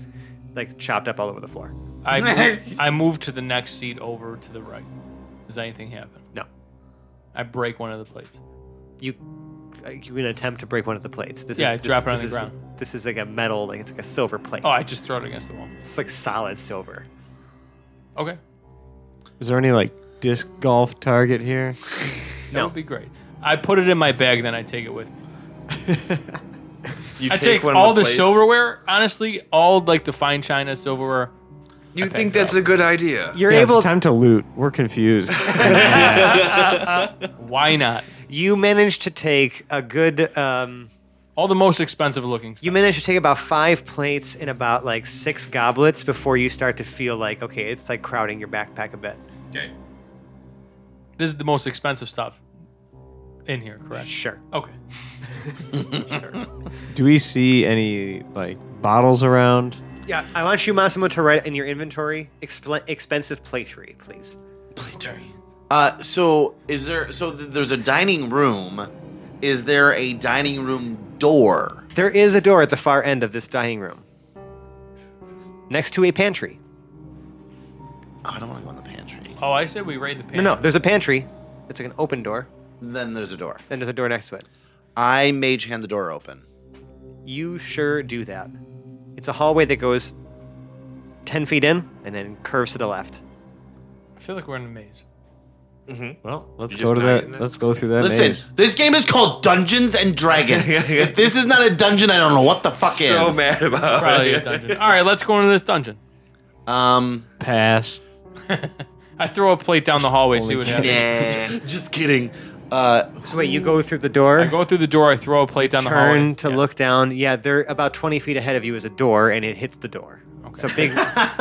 Speaker 3: like chopped up all over the floor.
Speaker 5: I move, I move to the next seat over to the right. Does anything happen?
Speaker 3: No,
Speaker 5: I break one of the plates.
Speaker 3: you uh, you can attempt to break one of the plates. This
Speaker 5: Yeah,
Speaker 3: is,
Speaker 5: drop
Speaker 3: this,
Speaker 5: it on
Speaker 3: this
Speaker 5: the
Speaker 3: is-
Speaker 5: ground.
Speaker 3: This is like a metal, like it's like a silver plate.
Speaker 5: Oh, I just throw it against the wall.
Speaker 3: It's like solid silver.
Speaker 5: Okay,
Speaker 2: Is there any like disc golf target here?
Speaker 5: that
Speaker 3: No.
Speaker 5: would be great. I put it in my bag, then I take it with me.
Speaker 6: You
Speaker 5: I take,
Speaker 6: one of
Speaker 5: all the,
Speaker 6: plates.
Speaker 5: silverware. Honestly, all like the fine china silverware.
Speaker 6: You think that's a good idea?
Speaker 3: You're
Speaker 2: Yeah,
Speaker 3: able.
Speaker 2: it's time to loot. We're confused.
Speaker 5: Why not?
Speaker 3: you manage to take a good. Um,
Speaker 5: All the most expensive looking. Stuff.
Speaker 3: You manage to take about five plates and about like six goblets before you start to feel like okay, it's like crowding your backpack a bit.
Speaker 5: Okay. This is the most expensive stuff in here, correct?
Speaker 3: Sure.
Speaker 5: Okay.
Speaker 2: Do we see any like bottles around?
Speaker 3: Yeah, I want you, Massimo, to write in your inventory expl- expensive platery, please.
Speaker 4: Uh, so is there? So th- there's a dining room. Is there a dining room door?
Speaker 3: There is a door at the far end of this dining room, next to a pantry.
Speaker 4: Oh, I don't want to go in the pantry.
Speaker 5: Oh, I said we raid the pantry.
Speaker 3: No, no, there's a pantry. It's like an open door.
Speaker 4: Then there's a door.
Speaker 3: Then there's a door next to it.
Speaker 4: I mage hand the door open.
Speaker 3: You sure do that. It's a hallway that goes ten feet in and then curves to the left.
Speaker 5: I feel like we're in a maze.
Speaker 2: Well, let's
Speaker 6: You
Speaker 2: go to
Speaker 6: just died
Speaker 2: that.
Speaker 6: in it?
Speaker 2: Let's go through that
Speaker 4: Listen,
Speaker 2: maze.
Speaker 4: this game is called Dungeons and Dragons. if this is not a dungeon, I don't know what the fuck
Speaker 6: so
Speaker 4: is.
Speaker 6: mad
Speaker 4: Oh,
Speaker 6: about
Speaker 5: Probably a
Speaker 6: it.
Speaker 5: dungeon. All right, let's go into this dungeon.
Speaker 4: Um,
Speaker 2: Pass.
Speaker 5: I throw a plate down the hallway, see what happens.
Speaker 4: nah, just kidding. Uh,
Speaker 3: So wait, you go through the door.
Speaker 5: I go through the door. I throw a plate down the hallway.
Speaker 3: turn to look down. Yeah, they're about 20 feet ahead of you is a door, and it hits the door. It's a big,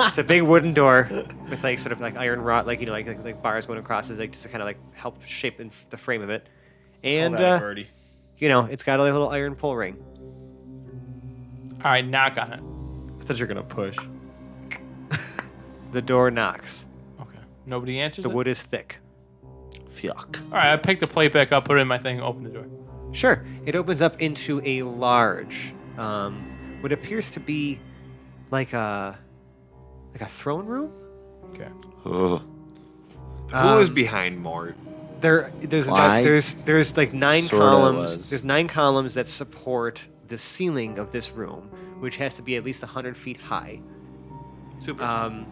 Speaker 3: it's a big wooden door with like sort of like iron rod, like you know, like like, like bars going across, is like just to kind of like help shape in the frame of it. And uh, you know, it's got a little iron pull ring.
Speaker 5: All right, knock on it.
Speaker 2: I thought you were gonna push.
Speaker 3: The door knocks.
Speaker 5: Okay. Nobody answers.
Speaker 3: The
Speaker 5: it?
Speaker 3: wood is thick.
Speaker 4: fuck.
Speaker 5: All right, I pick the plate back up, put it in my thing, open the door.
Speaker 3: Sure, it opens up into a large, um, what appears to be like a like a throne room.
Speaker 5: Okay.
Speaker 4: Ugh.
Speaker 6: Who is
Speaker 3: Um,
Speaker 6: behind Mort?
Speaker 3: There, there's
Speaker 4: Why?
Speaker 3: there's there's like nine
Speaker 4: Sorta
Speaker 3: columns.
Speaker 4: was.
Speaker 3: There's nine columns that support the ceiling of this room, which has to be at least hundred feet high.
Speaker 6: Super.
Speaker 3: Um,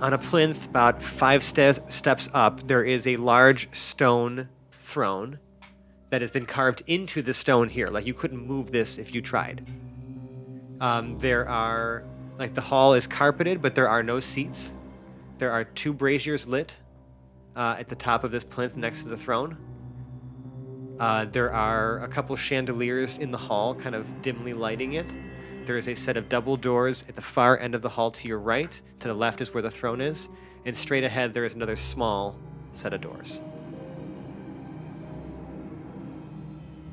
Speaker 3: on a plinth about five ste- steps up, there is a large stone throne that has been carved into the stone here. Like you couldn't move this if you tried. Um, there are Like the hall is carpeted, but there are no seats. There are two braziers lit uh, at the top of this plinth next to the throne. Uh, there are a couple chandeliers in the hall, kind of dimly lighting it. There is a set of double doors at the far end of the hall to your right. To the left is where the throne is. And straight ahead, there is another small set of doors.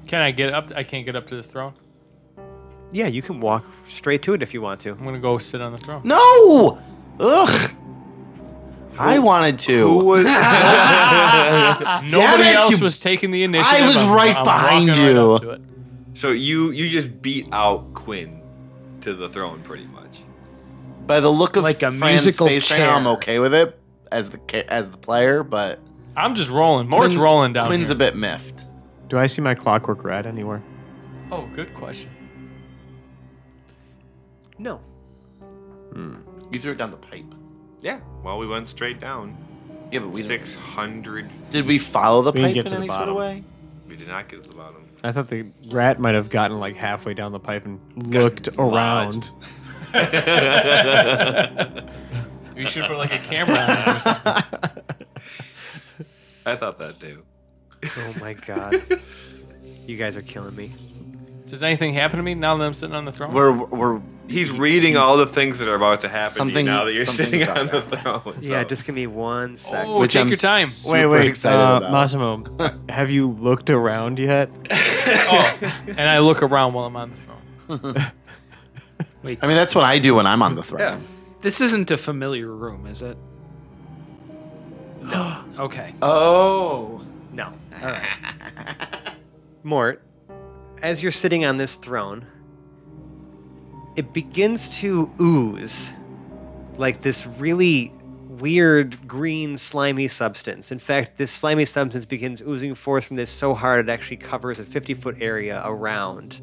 Speaker 5: Can I get up? I can't get up to this throne.
Speaker 3: Yeah, you can walk straight to it if you want to.
Speaker 5: I'm gonna go sit on the throne.
Speaker 4: No! Ugh. I wanted to.
Speaker 6: Who was?
Speaker 5: Nobody
Speaker 4: Ah, it,
Speaker 5: else
Speaker 4: you-
Speaker 5: was taking the initiative.
Speaker 4: was
Speaker 5: I'm-
Speaker 4: right
Speaker 5: I'm
Speaker 4: behind
Speaker 5: walking right
Speaker 4: you.
Speaker 5: up to it.
Speaker 6: so you you just beat out Quinn to the throne, pretty much.
Speaker 4: By the look of
Speaker 7: Like a
Speaker 4: Fran's
Speaker 7: musical
Speaker 4: face right now, I'm
Speaker 7: chair.
Speaker 4: okay with it as the ca- as the player, but
Speaker 5: I'm just rolling. Mort's
Speaker 4: Quinn's-
Speaker 5: rolling down
Speaker 4: Quinn's
Speaker 5: here.
Speaker 4: a bit miffed.
Speaker 2: Do I see my clockwork rat anywhere?
Speaker 5: oh, good question.
Speaker 3: No.
Speaker 4: You threw it down the pipe.
Speaker 6: Yeah. Well, we went straight down.
Speaker 4: Yeah, but we didn't-
Speaker 6: Six hundred.
Speaker 4: did we follow the
Speaker 2: We didn't
Speaker 4: pipe
Speaker 2: get
Speaker 4: in
Speaker 2: to the
Speaker 4: any sort of
Speaker 2: bottom.
Speaker 4: way?
Speaker 6: We did not get to the bottom.
Speaker 2: I thought the rat might have gotten like halfway down the pipe and looked around.
Speaker 6: lodged.
Speaker 5: We should put like a camera on it or something.
Speaker 6: I thought that too.
Speaker 3: Oh my god. you guys are killing me.
Speaker 5: Does anything happen to me now that I'm sitting on the throne?
Speaker 4: We're we're
Speaker 6: He's reading all the things that are about to happen to
Speaker 4: Something-
Speaker 6: you now that you're
Speaker 4: something's
Speaker 6: sitting
Speaker 4: about
Speaker 6: on the
Speaker 4: to
Speaker 6: throne.
Speaker 3: Yeah,
Speaker 6: so-
Speaker 3: just give me one sec.
Speaker 5: Oh, take your time.
Speaker 4: super
Speaker 2: Wait, wait,
Speaker 4: excited
Speaker 2: uh,
Speaker 4: about.
Speaker 2: Massimo, have you looked around yet?
Speaker 5: oh, and I look around while I'm on the throne.
Speaker 4: I mean, that's what I do when I'm on the throne.
Speaker 6: Yeah.
Speaker 7: This isn't a familiar room, is it? No. okay.
Speaker 4: Oh.
Speaker 3: No. All right. Mort, as you're sitting on this throne, it begins to ooze like this really weird green slimy substance. In fact, this slimy substance begins oozing forth from this so hard it actually covers a 50 foot area around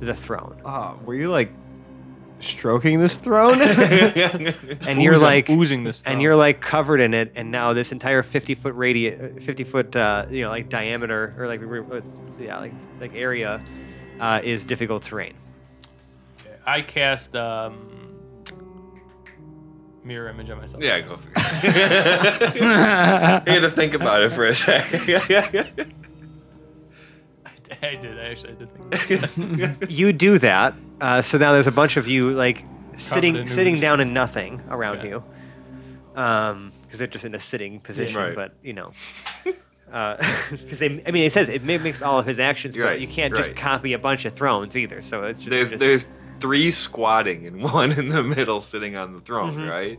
Speaker 3: the throne.
Speaker 2: Uh, were you like stroking this throne?
Speaker 3: And you're
Speaker 5: Ooze-
Speaker 3: like,
Speaker 5: oozing this,
Speaker 3: and
Speaker 5: throne.
Speaker 3: you're like covered in it and now this entire 50 foot radius 50 foot uh, you know like diameter or like re- what's- yeah like like area uh, is difficult terrain
Speaker 5: I cast um, mirror image on myself.
Speaker 6: Yeah, go for it. I had to think about it for a second.
Speaker 5: I, I did. I actually did. Think
Speaker 3: you do that uh, so now there's a bunch of you like sitting
Speaker 5: in
Speaker 3: sitting
Speaker 5: ooze.
Speaker 3: down in nothing around
Speaker 5: Okay.
Speaker 3: you because they're just in a sitting position
Speaker 6: Right.
Speaker 3: but you know because they i mean it says it mimics all of his actions but
Speaker 6: Right,
Speaker 3: you can't just
Speaker 6: right.
Speaker 3: copy a bunch of thrones either so it's just,
Speaker 6: there's
Speaker 3: just-
Speaker 6: there's three squatting and one in the middle sitting on the throne,
Speaker 4: Mm-hmm.
Speaker 6: right?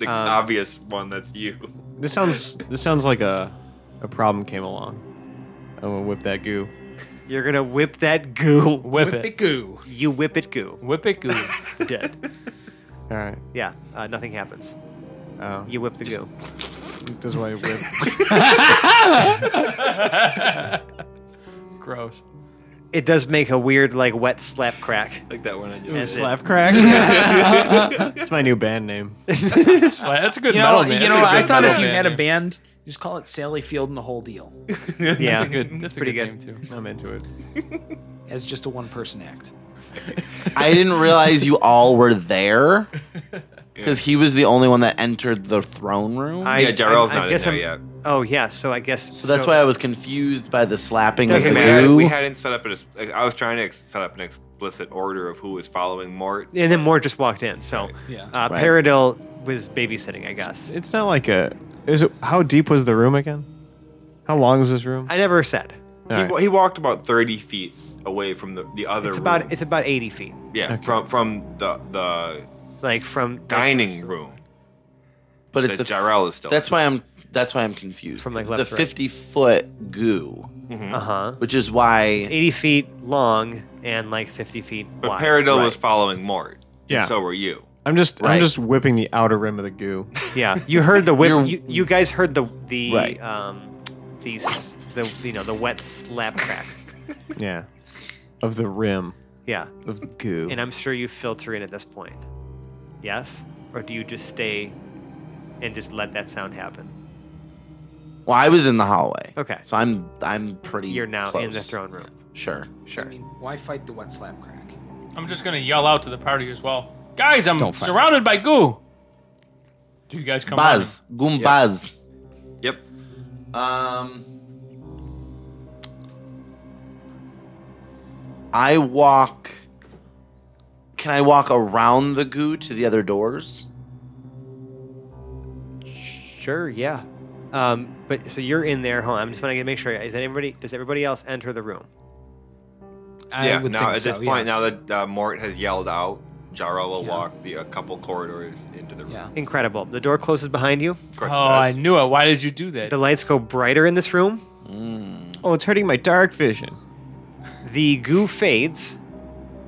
Speaker 6: The
Speaker 3: Um,
Speaker 6: obvious one that's you.
Speaker 2: this sounds this sounds like a a problem came along. I'm gonna whip that goo.
Speaker 3: you're gonna whip that goo
Speaker 5: whip, it.
Speaker 7: Whippigoo.
Speaker 3: you whip it goo
Speaker 5: Whip it, goo.
Speaker 3: dead
Speaker 2: All right.
Speaker 3: Yeah, uh, nothing happens.
Speaker 2: Oh,
Speaker 3: You whip the goo.
Speaker 2: this is why I whip.
Speaker 5: Gross.
Speaker 3: It does make a weird, like, wet slap crack.
Speaker 6: Like that one I
Speaker 3: Yeah.
Speaker 6: just.
Speaker 2: Slap crack. it's my new band name.
Speaker 5: Sla- That's a good
Speaker 7: You know,
Speaker 5: metal man.
Speaker 7: you know
Speaker 5: That's a
Speaker 7: I
Speaker 5: good
Speaker 7: thought if
Speaker 5: metal
Speaker 7: you
Speaker 5: man
Speaker 7: had a
Speaker 5: name.
Speaker 7: band, just call it Sally Field and the whole deal
Speaker 3: Yeah,
Speaker 5: That's a good. That's a
Speaker 3: pretty
Speaker 5: good,
Speaker 3: good.
Speaker 5: name too.
Speaker 2: I'm into it.
Speaker 7: as just a one person act.
Speaker 4: I didn't realize you all were there because he was the only one that entered the throne room.
Speaker 3: I-
Speaker 6: yeah, Jarrell's
Speaker 3: I- I
Speaker 6: not in
Speaker 3: guess
Speaker 6: there
Speaker 3: I'm-
Speaker 6: yet.
Speaker 3: Oh, yeah, so I guess.
Speaker 4: so that's why I was confused by the slapping of the
Speaker 3: Doesn't
Speaker 6: We, had,
Speaker 4: goo.
Speaker 6: we hadn't set up an. ex- like, I was trying to ex- set up an explicit order of who was following Mort.
Speaker 3: And then Moore just walked in, so.
Speaker 7: Yeah.
Speaker 3: Uh,
Speaker 4: Right.
Speaker 3: Paradil was babysitting, I guess.
Speaker 2: It's not like a. Is it? How deep was the room again? How long is this room?
Speaker 3: I never said.
Speaker 6: He,
Speaker 2: All right.
Speaker 6: wa- he walked about thirty feet away from the, the other.
Speaker 3: It's
Speaker 6: room.
Speaker 3: about it's about 80 feet.
Speaker 6: yeah from from the the
Speaker 3: Like, from. like,
Speaker 6: dining room.
Speaker 4: but
Speaker 6: That
Speaker 4: it's a
Speaker 6: Jarrell is still.
Speaker 4: That's why I'm. That's why I'm confused.
Speaker 3: From, like,
Speaker 4: It's
Speaker 3: left to
Speaker 4: the
Speaker 3: right.
Speaker 4: 50 foot goo,
Speaker 3: Uh huh.
Speaker 4: which is why.
Speaker 3: 80 feet long and, like, 50 feet
Speaker 6: But
Speaker 3: wide.
Speaker 6: Paradil
Speaker 4: Right.
Speaker 6: was following Mort. and
Speaker 2: Yeah.
Speaker 6: So were you.
Speaker 2: I'm just.
Speaker 4: Right.
Speaker 2: I'm just whipping the outer rim of the goo.
Speaker 3: Yeah, you heard the whip.
Speaker 4: You're-
Speaker 3: You, you guys heard the the
Speaker 4: Right.
Speaker 3: um these the you know the wet slap crack.
Speaker 2: Yeah. Of the rim
Speaker 3: Yeah.
Speaker 2: of the goo.
Speaker 3: And I'm sure you filter in at this point. Yes? Or do you just stay and just let that sound happen?
Speaker 4: Well, I was in the hallway.
Speaker 3: Okay.
Speaker 4: So I'm. I'm pretty.
Speaker 3: You're now in the
Speaker 4: close.
Speaker 3: throne room.
Speaker 4: Sure.
Speaker 7: Sure. I mean, why fight the wet slap crack?
Speaker 5: I'm just gonna yell out to the party as well. Guys, I'm
Speaker 1: Don't fight.
Speaker 5: surrounded by goo. Do you guys come running?
Speaker 4: Buzz. Goom Buzz.
Speaker 6: Yep.
Speaker 4: Um, I walk. Can I walk around the goo to the other doors?
Speaker 3: Sure, yeah. Um, but so you're in there. Hold on, I'm just want to make sure. Is anybody? Does everybody else enter the room?
Speaker 7: I
Speaker 6: yeah.
Speaker 7: would
Speaker 6: Now
Speaker 7: think
Speaker 6: at
Speaker 7: so,
Speaker 6: this point, now
Speaker 7: yes.
Speaker 6: that uh, Mort has yelled out, Jaro will
Speaker 7: Yeah.
Speaker 6: walk the a couple corridors into the room.
Speaker 7: Yeah.
Speaker 3: Incredible. The door closes behind you.
Speaker 6: Of
Speaker 5: Oh,
Speaker 6: course, it
Speaker 5: I
Speaker 6: does.
Speaker 5: knew it. Why did you do that?
Speaker 3: The lights go brighter in this room.
Speaker 4: Hmm.
Speaker 2: Oh, it's hurting my dark vision.
Speaker 3: The goo fades,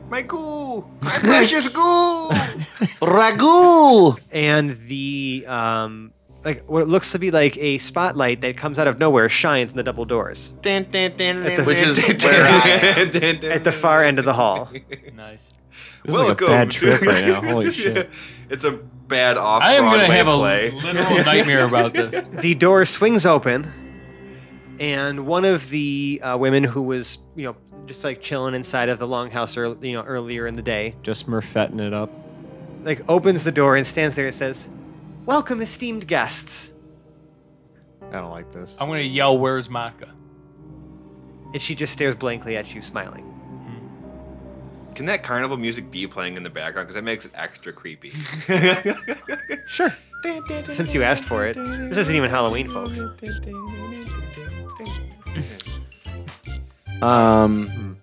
Speaker 6: my goo, my precious goo.
Speaker 4: Ragul.
Speaker 3: and the um, like what looks to be like a spotlight that comes out of nowhere shines in the double doors
Speaker 2: Dun, dun, dun,
Speaker 3: At the-
Speaker 2: dun,
Speaker 4: Which is
Speaker 2: dun.
Speaker 4: where I.
Speaker 3: at the far end of the hall.
Speaker 5: nice.
Speaker 2: This is like a bad trip right now. Holy shit.
Speaker 6: It's a bad off.
Speaker 5: I am gonna have a
Speaker 6: play.
Speaker 5: literal nightmare about this.
Speaker 3: the door swings open, and one of the uh, women who was, you know, just like chilling inside of the longhouse, ear you know, earlier in the day,
Speaker 2: Just murfetting it up.
Speaker 3: like opens the door and stands there and says, "Welcome, esteemed guests."
Speaker 2: I don't like this.
Speaker 5: I'm gonna yell, "Where's Maka?"
Speaker 3: And she just stares blankly at you, smiling.
Speaker 6: Can that carnival music be playing in the background? Because that makes it extra creepy.
Speaker 3: Sure. Since you asked for it, this isn't even Halloween, folks. Hmm.
Speaker 4: Um,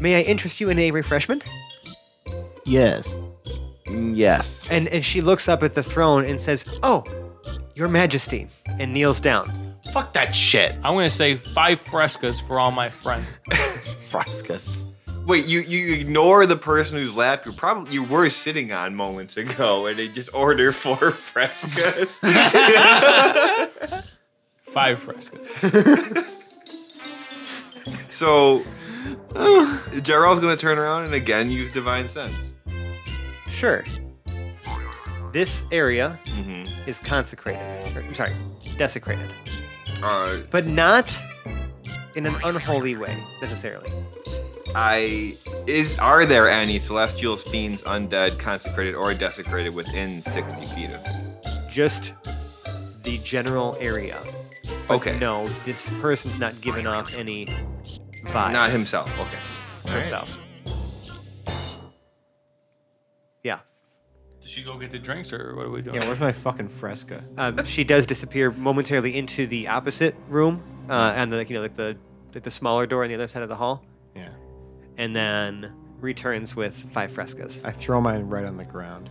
Speaker 3: May I interest you in a refreshment?
Speaker 2: Yes.
Speaker 4: yes.
Speaker 3: And and she looks up at the throne and says, "Oh, Your Majesty," and kneels down.
Speaker 4: Fuck that shit.
Speaker 5: I'm gonna say five frescas for all my friends.
Speaker 4: Froskus.
Speaker 6: Wait, you, you ignore the person whose lap you probably you were sitting on moments ago, and they just order four frescas.
Speaker 5: Five frescas.
Speaker 6: so, Gerald's gonna turn around and again use divine sense.
Speaker 3: Sure. This area
Speaker 6: Mm-hmm.
Speaker 3: is consecrated. Or, I'm sorry, desecrated.
Speaker 6: Uh,
Speaker 3: but not in an unholy way necessarily.
Speaker 6: I is are there any celestials, fiends, undead, consecrated, or desecrated within sixty feet of me?
Speaker 3: Just the general area. But
Speaker 6: Okay,
Speaker 3: No, this person's not giving off any vibe.
Speaker 6: not himself. Okay,
Speaker 3: Himself. Yeah.
Speaker 5: Did she go get the drinks, or what are we doing?
Speaker 2: Yeah, where's my fucking fresca?
Speaker 3: Uh, she does disappear momentarily into the opposite room, uh, and the, like you know, like the like the smaller door on the other side of the hall,
Speaker 2: Yeah.
Speaker 3: and then returns with five frescas.
Speaker 2: I throw mine right on the ground.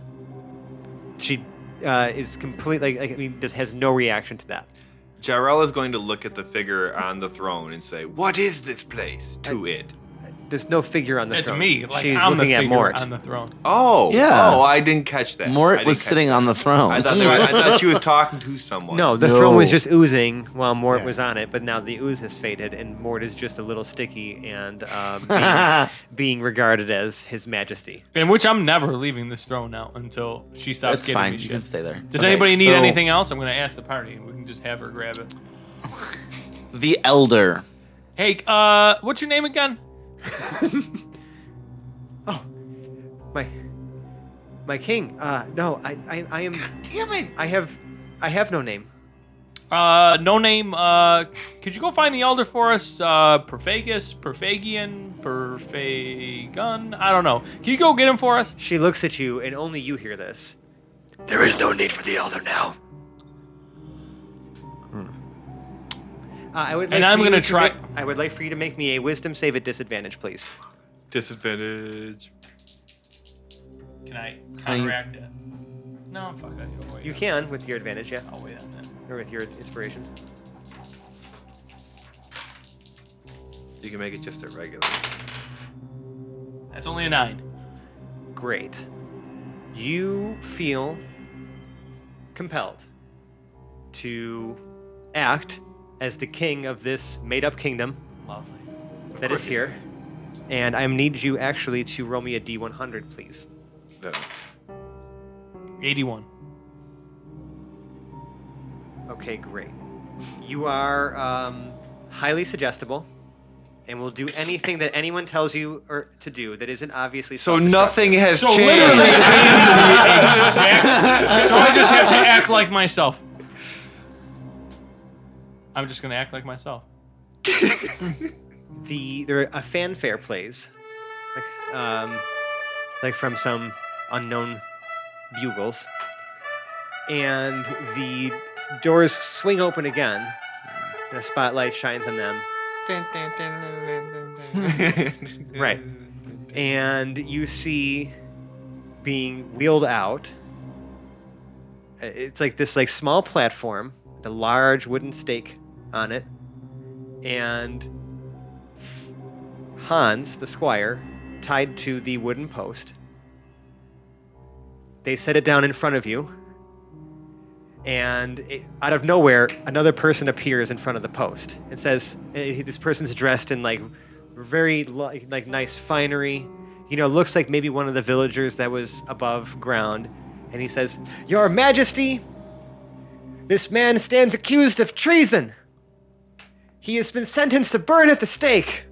Speaker 3: She uh, is completely like, like I mean, just has no reaction to that.
Speaker 6: Jarell is going to look at the figure on the throne and say, "What is this place?" To it.
Speaker 3: There's no figure on the
Speaker 5: It's
Speaker 3: throne.
Speaker 5: me. Like
Speaker 3: She's
Speaker 5: I'm
Speaker 3: looking
Speaker 5: the
Speaker 3: at
Speaker 5: figure
Speaker 3: Mort.
Speaker 5: on the throne.
Speaker 6: Oh,
Speaker 4: Yeah.
Speaker 6: Oh, I didn't catch that. I
Speaker 4: Mort
Speaker 6: didn't
Speaker 4: was
Speaker 6: catch
Speaker 4: sitting
Speaker 6: that.
Speaker 4: on the throne.
Speaker 6: I thought, they were, I thought she was talking to someone.
Speaker 3: No, the throne was
Speaker 4: No.
Speaker 3: just oozing while Mort
Speaker 2: Yeah.
Speaker 3: was on it, but now the ooze has faded, and Mort is just a little sticky and um, being, being regarded as His Majesty.
Speaker 5: In which I'm never leaving this throne now until she stops
Speaker 4: That's
Speaker 5: giving
Speaker 4: fine.
Speaker 5: me
Speaker 4: You
Speaker 5: shit.
Speaker 4: can stay there.
Speaker 5: Does
Speaker 4: Okay,
Speaker 5: anybody need
Speaker 4: so
Speaker 5: anything else? I'm gonna ask the party. We can just have her grab it.
Speaker 4: The elder.
Speaker 5: Hey, uh, what's your name again?
Speaker 3: My, my king. Uh, no, I, I, I am. damn it! I have, I have no name.
Speaker 5: Uh, no name. Uh, could you go find the elder for us? Uh, Perfagus, Perfagian, Perfagun. I don't know. Can you go get him for us?
Speaker 3: She looks at you, and only you hear this.
Speaker 8: There is no need for the elder now.
Speaker 3: Hmm. Uh, I would. Like
Speaker 5: And
Speaker 3: for
Speaker 5: I'm
Speaker 3: you
Speaker 5: gonna
Speaker 3: to
Speaker 5: try-
Speaker 3: ma- I would like for you to make me a Wisdom save at disadvantage, please.
Speaker 6: disadvantage.
Speaker 5: Can I counteract it? No, fuck it. I'll wait.
Speaker 3: You can with your advantage, yeah,
Speaker 5: I'll wait on that.
Speaker 3: or with your inspiration.
Speaker 6: You can make it just a regular.
Speaker 5: That's only a nine.
Speaker 3: Great. You feel compelled to act as the king of this made up kingdom
Speaker 5: Lovely.
Speaker 3: that is
Speaker 6: course you
Speaker 3: here. And I need you actually to roll me a D100, please.
Speaker 6: That-
Speaker 5: 81.
Speaker 3: Okay, great. You are um, highly suggestible. and will do anything that anyone tells you or to do that isn't obviously
Speaker 6: So
Speaker 3: self-destructive.
Speaker 6: nothing has
Speaker 5: So literally,
Speaker 6: changed.
Speaker 5: exact- so I just have to act like myself. I'm just gonna act like myself.
Speaker 3: the there a fanfare plays, like, um, like from some unknown bugles, and the doors swing open again, and a spotlight shines on them. right, and you see being wheeled out. uh, It's like this like small platform, with a large wooden stake on it, and Hans, the squire, tied to the wooden post. They set it down in front of you, and it, out of nowhere, another person appears in front of the post. It says, eh, "This person's dressed in like very li- like nice finery, you know, looks like maybe one of the villagers that was above ground." And he says, "Your Majesty, this man stands accused of treason. He has been sentenced to burn at the stake."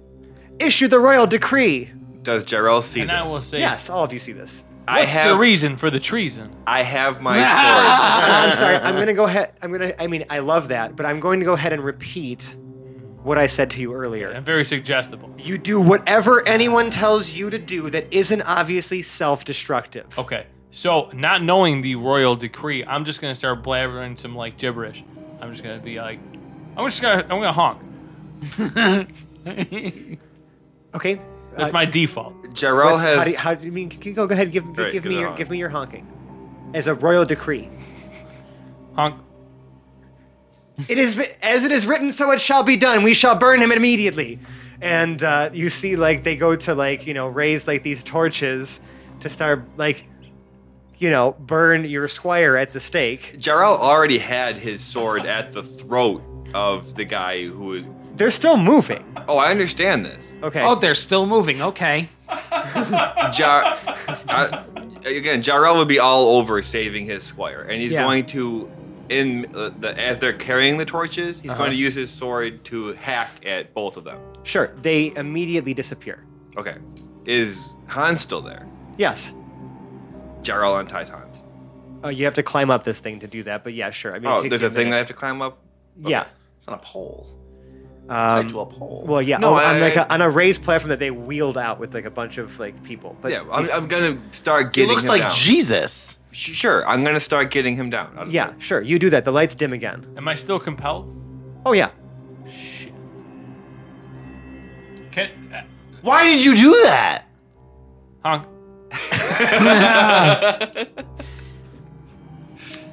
Speaker 3: issue the royal decree.
Speaker 6: Does Jarrell see
Speaker 5: and
Speaker 6: this?
Speaker 5: I will say,
Speaker 3: Yes, all of you see this.
Speaker 6: I
Speaker 5: what's
Speaker 6: have.
Speaker 5: the reason for the treason?
Speaker 6: I have my sword.
Speaker 3: Uh, I'm sorry. I'm gonna go ahead. I'm gonna. I mean, I love that, but I'm going to go ahead and repeat what I said to you earlier.
Speaker 5: And very suggestible.
Speaker 3: You do whatever anyone tells you to do that isn't obviously self-destructive.
Speaker 5: Okay, so not knowing the royal decree, I'm just gonna start blabbering some like gibberish. I'm just gonna be like, I'm just gonna, I'm gonna honk.
Speaker 3: Okay.
Speaker 5: That's
Speaker 3: Uh,
Speaker 5: my default.
Speaker 6: Jarrell
Speaker 3: what's- How
Speaker 6: has.
Speaker 3: do you, how do you mean? Can you go ahead. and Give
Speaker 6: Great,
Speaker 3: give
Speaker 6: give
Speaker 3: me
Speaker 6: it
Speaker 3: your
Speaker 6: on.
Speaker 3: give me your honking, as a royal decree.
Speaker 5: Honk.
Speaker 3: it is wri- as it is written, so it shall be done. We shall burn him immediately. And uh, you see, like they go to like you know raise like these torches to start like you know burn your squire at the stake.
Speaker 6: Jarrell already had his sword at the throat of the guy who. is-
Speaker 3: They're still moving.
Speaker 6: Oh, I understand this.
Speaker 3: Okay.
Speaker 7: Oh, they're still moving. Okay.
Speaker 6: Jar, I, again, Jarrell would be all over saving his squire, and he's
Speaker 7: Yeah.
Speaker 6: going to, in uh, the as they're carrying the torches, he's going to use his sword to hack at both of them.
Speaker 3: sure. They immediately disappear.
Speaker 6: Okay, is Hans still there?
Speaker 3: Yes.
Speaker 6: Jarrell unties Hans.
Speaker 3: Uh, you have to climb up this thing to do that, but yeah, sure. I mean, it
Speaker 6: Oh,
Speaker 3: takes
Speaker 6: there's
Speaker 3: you
Speaker 6: a thing that I
Speaker 3: minute.
Speaker 6: have to climb up.
Speaker 3: yeah.
Speaker 4: It's on a pole. Tied to
Speaker 3: Um,
Speaker 4: a pole.
Speaker 3: well, yeah.
Speaker 6: No,
Speaker 3: oh, on
Speaker 6: I-
Speaker 3: like a, on a raised platform that they wheeled out with like a bunch of like people. But
Speaker 6: yeah,
Speaker 3: these-
Speaker 6: I'm, I'm gonna start
Speaker 4: It
Speaker 6: getting
Speaker 4: looks
Speaker 6: him
Speaker 4: like
Speaker 6: down.
Speaker 4: Jesus.
Speaker 6: sure, I'm gonna start getting him down. Out of
Speaker 3: yeah, sure. You do that. The lights dim again.
Speaker 5: Am I still compelled?
Speaker 3: Oh yeah.
Speaker 5: Shit. Can uh,
Speaker 4: Why did you do that?
Speaker 5: honk?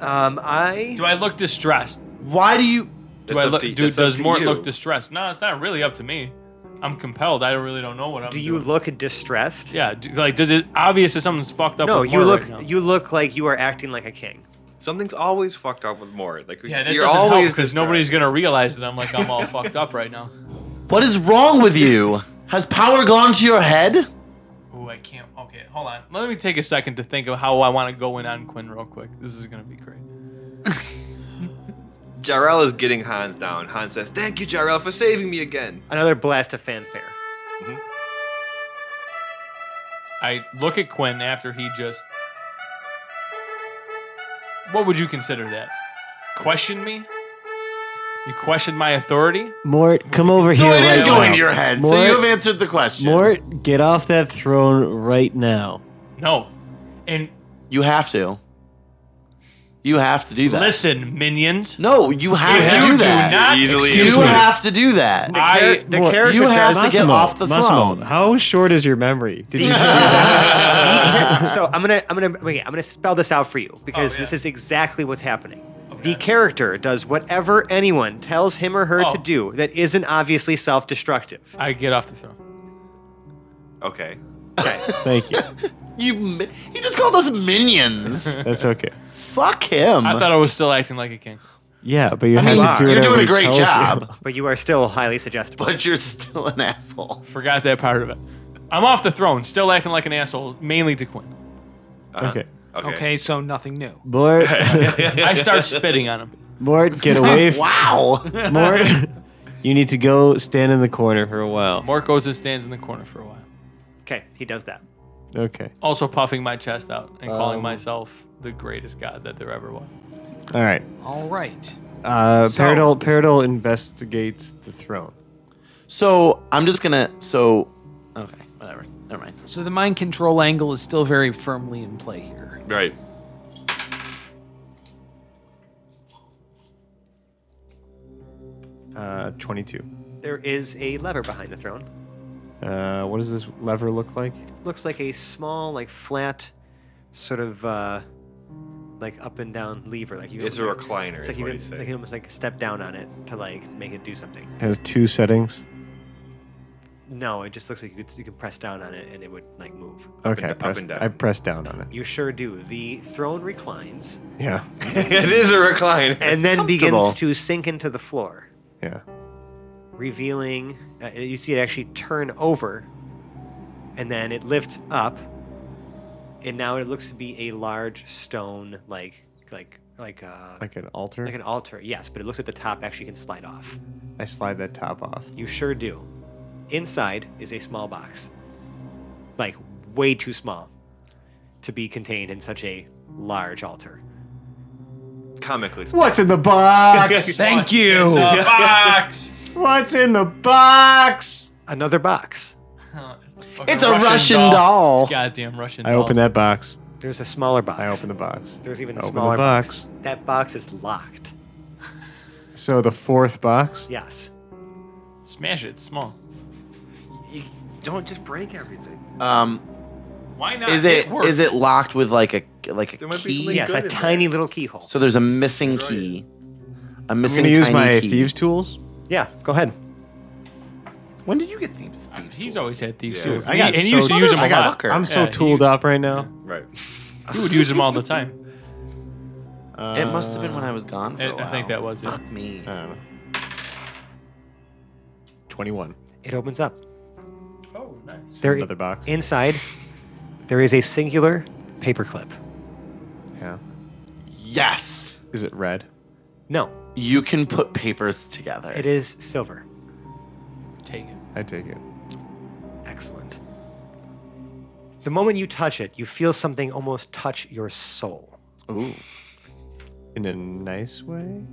Speaker 3: Um, I
Speaker 5: Do I look distressed?
Speaker 4: Why do you?
Speaker 5: Do
Speaker 6: It's
Speaker 5: I
Speaker 6: up
Speaker 5: look?
Speaker 6: to-
Speaker 5: do,
Speaker 6: it's up
Speaker 5: does
Speaker 6: to
Speaker 5: Mort
Speaker 6: you.
Speaker 5: look distressed? No, it's not really up to me. I'm compelled. I really don't know what I'm.
Speaker 3: Do you
Speaker 5: Doing.
Speaker 3: look distressed?
Speaker 5: Yeah. Do, like, does it obvious that something's fucked up?
Speaker 3: No,
Speaker 5: with
Speaker 3: you
Speaker 5: Mort
Speaker 3: look
Speaker 5: right now?
Speaker 3: you look like you are acting like a king.
Speaker 6: Something's always fucked up with Mort. Like
Speaker 5: Yeah, that
Speaker 6: you're
Speaker 5: doesn't
Speaker 6: always
Speaker 5: because
Speaker 6: distracted.
Speaker 5: nobody's gonna realize that I'm like I'm all fucked up right now.
Speaker 4: What is wrong with you? Has power gone to your head?
Speaker 5: Ooh, I can't. Okay, hold on. Let me take a second to think of how I want to go in on Quinn real quick. This is gonna be great.
Speaker 6: Jarrell is getting Hans down. Hans says, "Thank you, Jarrell, for saving me again."
Speaker 3: Another blast of fanfare.
Speaker 5: I look at Quinn after he just. What would you consider that? Question me? You questioned my authority?
Speaker 2: Mort, come over
Speaker 4: So
Speaker 2: here.
Speaker 4: it is
Speaker 2: right
Speaker 4: going
Speaker 2: now.
Speaker 4: to your head.
Speaker 2: Mort-
Speaker 4: so you have answered the question.
Speaker 2: Mort, get off that throne right now.
Speaker 5: No. And
Speaker 4: You have to. You have to do that.
Speaker 5: listen, minions.
Speaker 4: No, you have
Speaker 5: If
Speaker 4: to
Speaker 5: you
Speaker 4: do
Speaker 5: do
Speaker 4: that.
Speaker 5: not
Speaker 6: Easily
Speaker 4: you
Speaker 5: excuse
Speaker 6: me.
Speaker 4: have to do that.
Speaker 3: The,
Speaker 5: I-
Speaker 3: char- the
Speaker 2: Mort,
Speaker 3: character
Speaker 4: you have
Speaker 3: does-
Speaker 4: to get off the
Speaker 2: Massimo,
Speaker 4: throne.
Speaker 2: How short is your memory? Did you?
Speaker 3: so I'm gonna I'm gonna wait, I'm gonna spell this out for you because
Speaker 5: Oh,
Speaker 3: this
Speaker 5: yeah.
Speaker 3: is exactly what's happening.
Speaker 5: Okay.
Speaker 3: The character does whatever anyone tells him or her
Speaker 5: Oh.
Speaker 3: to do that isn't obviously self-destructive.
Speaker 5: I get off the throne.
Speaker 6: Okay.
Speaker 2: Thank you.
Speaker 4: You, mi- he just called us minions.
Speaker 2: That's okay.
Speaker 4: Fuck him.
Speaker 5: I thought I was still acting like a king.
Speaker 2: Yeah, but you have
Speaker 4: mean,
Speaker 2: to do
Speaker 4: you're
Speaker 2: whatever
Speaker 4: doing a
Speaker 2: he
Speaker 4: great
Speaker 2: tells you.
Speaker 4: job.
Speaker 3: But you are still highly suggestible.
Speaker 4: but you're still an asshole.
Speaker 5: Forgot that part of it. I'm off the throne, still acting like an asshole, mainly to Quinn.
Speaker 6: Uh-huh.
Speaker 2: Okay.
Speaker 6: Okay.
Speaker 7: Okay, so nothing new.
Speaker 2: Mort,
Speaker 5: I start spitting on him.
Speaker 2: Mort, get away. f-
Speaker 4: Wow.
Speaker 2: Mort, You need to go stand in the corner for a while.
Speaker 5: Mark goes and stands in the corner for a while,
Speaker 3: Okay, he does that.
Speaker 2: Okay.
Speaker 5: also puffing my chest out and calling
Speaker 2: Um,
Speaker 5: myself the greatest god that there ever was.
Speaker 2: All right.
Speaker 7: All right.
Speaker 2: Uh,
Speaker 7: So-
Speaker 2: Peridol, Peridol investigates the throne.
Speaker 4: So I'm just gonna. So okay, whatever. Never mind.
Speaker 7: So the mind control angle is still very firmly in play here.
Speaker 6: Right.
Speaker 2: Uh, 22.
Speaker 3: There is a lever behind the throne.
Speaker 2: Uh, what does this lever look like?
Speaker 3: Looks like a small, like flat, sort of uh, like up and down lever. Like you.
Speaker 6: It's a recliner.
Speaker 3: It's
Speaker 6: is
Speaker 3: like you,
Speaker 6: what
Speaker 3: can-
Speaker 6: he's saying.
Speaker 3: like you almost like step down on it to like make it do something.
Speaker 2: has two settings.
Speaker 3: No, it just looks like you could you could press down on it and it would like move.
Speaker 2: Okay, I
Speaker 6: and- up
Speaker 2: pressed,
Speaker 6: and down.
Speaker 2: I pressed down on it.
Speaker 3: You sure do. The throne reclines
Speaker 2: Yeah,
Speaker 6: it is a recliner.
Speaker 3: and then
Speaker 4: Comfortable.
Speaker 3: begins to sink into the floor.
Speaker 2: yeah.
Speaker 3: revealing. Uh, you see it actually turn over, and then it lifts up, and now it looks to be a large stone, like like like uh,
Speaker 2: Like
Speaker 3: like,
Speaker 2: an altar.
Speaker 3: an altar. Yes, but it looks at the top actually can slide off.
Speaker 2: I slide that top off.
Speaker 3: You sure do. Inside is a small box, like way too small to be contained in such a large altar.
Speaker 6: Comically. small.
Speaker 2: What's in the box?
Speaker 7: Thank you.
Speaker 5: box.
Speaker 2: What's in the box?
Speaker 3: Another box.
Speaker 4: It's a Russian doll.
Speaker 5: Goddamn Russian
Speaker 2: I
Speaker 5: doll.
Speaker 2: open that box.
Speaker 3: There's a smaller box.
Speaker 2: I open the box.
Speaker 3: There's even
Speaker 2: I
Speaker 3: a
Speaker 2: open
Speaker 3: smaller
Speaker 2: the box.
Speaker 3: That box is locked.
Speaker 2: So the fourth box.
Speaker 3: Yes.
Speaker 5: Smash it small.
Speaker 6: You don't just break everything.
Speaker 4: Um,
Speaker 5: Why not?
Speaker 4: is it
Speaker 5: works.
Speaker 4: is it locked with like a like
Speaker 6: There
Speaker 4: a
Speaker 6: might be
Speaker 4: key?
Speaker 6: something-
Speaker 3: Yes,
Speaker 6: good
Speaker 3: a
Speaker 6: in there.
Speaker 3: tiny little keyhole.
Speaker 4: So there's a missing key. A
Speaker 2: I'm
Speaker 4: missing
Speaker 2: gonna use
Speaker 4: tiny
Speaker 2: my
Speaker 4: key.
Speaker 2: thieves' tools.
Speaker 3: yeah, go ahead.
Speaker 4: When did you get thieves? thieves
Speaker 5: He's
Speaker 4: tools?
Speaker 5: always had thieves
Speaker 6: Yeah.
Speaker 5: tools.
Speaker 2: I got
Speaker 5: and he
Speaker 2: so-
Speaker 5: used to use them
Speaker 4: I
Speaker 5: a
Speaker 4: got-
Speaker 5: lot.
Speaker 4: Fucker.
Speaker 2: I'm so
Speaker 5: Yeah, he-
Speaker 2: tooled up right now.
Speaker 6: Right.
Speaker 5: He would use them all the time.
Speaker 2: Uh,
Speaker 4: It must have been when I was gone. For
Speaker 5: I-
Speaker 4: a while.
Speaker 5: I think that was it.
Speaker 4: Fuck me.
Speaker 2: I don't know. Uh, Twenty-one.
Speaker 3: It opens up.
Speaker 5: Oh, nice.
Speaker 3: There,
Speaker 2: Another box.
Speaker 3: Inside, there is a singular paperclip.
Speaker 2: Yeah.
Speaker 4: Yes.
Speaker 2: Is it red?
Speaker 3: No,
Speaker 4: You can put papers together.
Speaker 3: it is silver.
Speaker 5: Take it.
Speaker 2: I take it.
Speaker 3: Excellent. The moment you touch it, you feel something almost touch your soul.
Speaker 4: Ooh.
Speaker 2: In a nice way.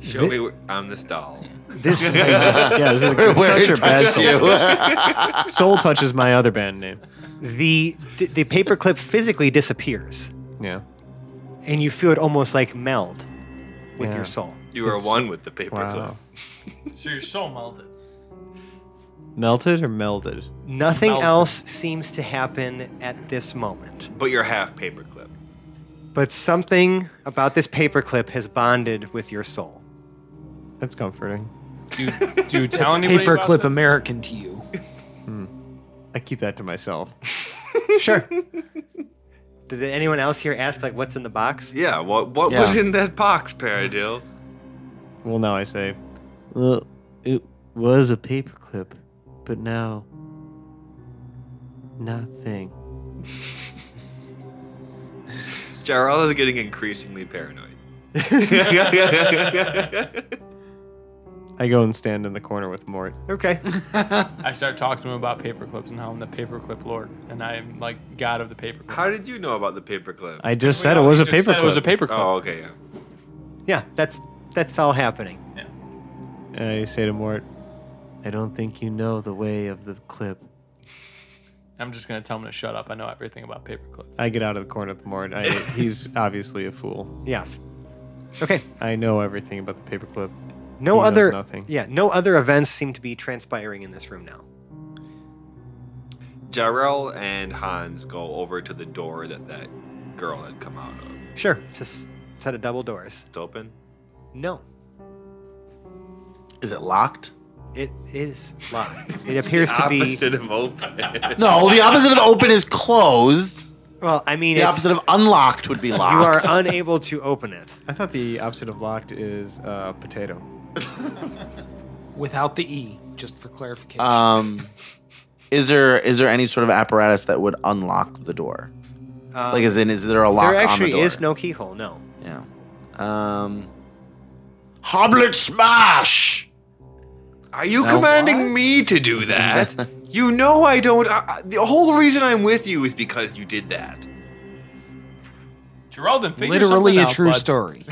Speaker 6: Show me wh- I'm this doll.
Speaker 3: This
Speaker 2: yeah, this is a
Speaker 4: Where-
Speaker 2: good
Speaker 4: where
Speaker 2: touch
Speaker 4: it
Speaker 2: or bad
Speaker 4: touched
Speaker 2: soul. Soul Touch is my other band name.
Speaker 3: the d- the paperclip physically disappears,
Speaker 2: Yeah.
Speaker 3: and you feel it almost like meld with
Speaker 2: Yeah.
Speaker 3: your soul.
Speaker 6: You are
Speaker 2: It's-
Speaker 6: one with the paper
Speaker 2: Wow.
Speaker 5: So you're so melted.
Speaker 2: Melted or melded?
Speaker 3: Nothing
Speaker 5: Meld.
Speaker 3: else seems to happen at this moment.
Speaker 6: clip, but you're half paperclip.
Speaker 3: But something about this paperclip has bonded with your soul.
Speaker 2: That's comforting.
Speaker 5: Do you, do you tell anybody about
Speaker 7: Paperclip
Speaker 5: this?
Speaker 7: American to you.
Speaker 2: I keep that to myself.
Speaker 3: Sure. Does anyone else here ask like what's in the box?
Speaker 6: Yeah. What What
Speaker 4: Yeah.
Speaker 6: was in that box, Paradil?
Speaker 2: Well, now I say, well, it was a paperclip, but now nothing.
Speaker 6: Jarl is getting increasingly paranoid.
Speaker 2: I go and stand in the corner with Mort.
Speaker 3: Okay.
Speaker 5: I start talking to him about paperclips and how I'm the paperclip lord and I'm like god of the paperclip.
Speaker 6: How did you know about the paperclip?
Speaker 2: I just said it was a paperclip.
Speaker 5: It was a paperclip.
Speaker 6: Oh, okay. Yeah.
Speaker 3: Yeah, that's that's all happening.
Speaker 2: I say to Mort, I don't think you know the way of the clip.
Speaker 5: I'm just gonna tell him to shut up. I know everything about paperclips.
Speaker 2: I get out of the corner with Mort. I, he's obviously a fool.
Speaker 3: Yes. Okay.
Speaker 2: I know everything about the paperclip.
Speaker 3: No
Speaker 2: He knows
Speaker 3: other
Speaker 2: nothing.
Speaker 3: Yeah, no other events seem to be transpiring in this room now.
Speaker 6: Jarrell and Hans go over to the door that that girl had come out of.
Speaker 3: Sure. It's a s- set of double doors.
Speaker 6: It's open.
Speaker 3: No.
Speaker 4: Is it locked?
Speaker 3: It is locked. It appears to be
Speaker 6: Opposite Ah, of open.
Speaker 4: No, the opposite of open is closed.
Speaker 3: well, I mean
Speaker 4: The
Speaker 3: it's,
Speaker 4: opposite of unlocked would be
Speaker 3: you are
Speaker 4: locked.
Speaker 3: unable to open it.
Speaker 2: I thought the opposite of locked is uh, potato.
Speaker 7: Without the E, just for clarification.
Speaker 4: um, is there is there any sort of apparatus that would unlock the door?
Speaker 3: Um,
Speaker 4: Like, as in, is there a lock
Speaker 3: there
Speaker 4: on the
Speaker 3: actually
Speaker 4: door?
Speaker 3: is no keyhole, no.
Speaker 4: Yeah. Um, Hoblet smash!
Speaker 6: Are you commanding
Speaker 4: what?
Speaker 6: me to do that? you know I don't. I, I- the whole reason I'm with you is because you did that.
Speaker 5: Gerald, then figure
Speaker 7: Literally
Speaker 5: something
Speaker 7: a
Speaker 5: out,
Speaker 7: true
Speaker 5: bud.
Speaker 7: story.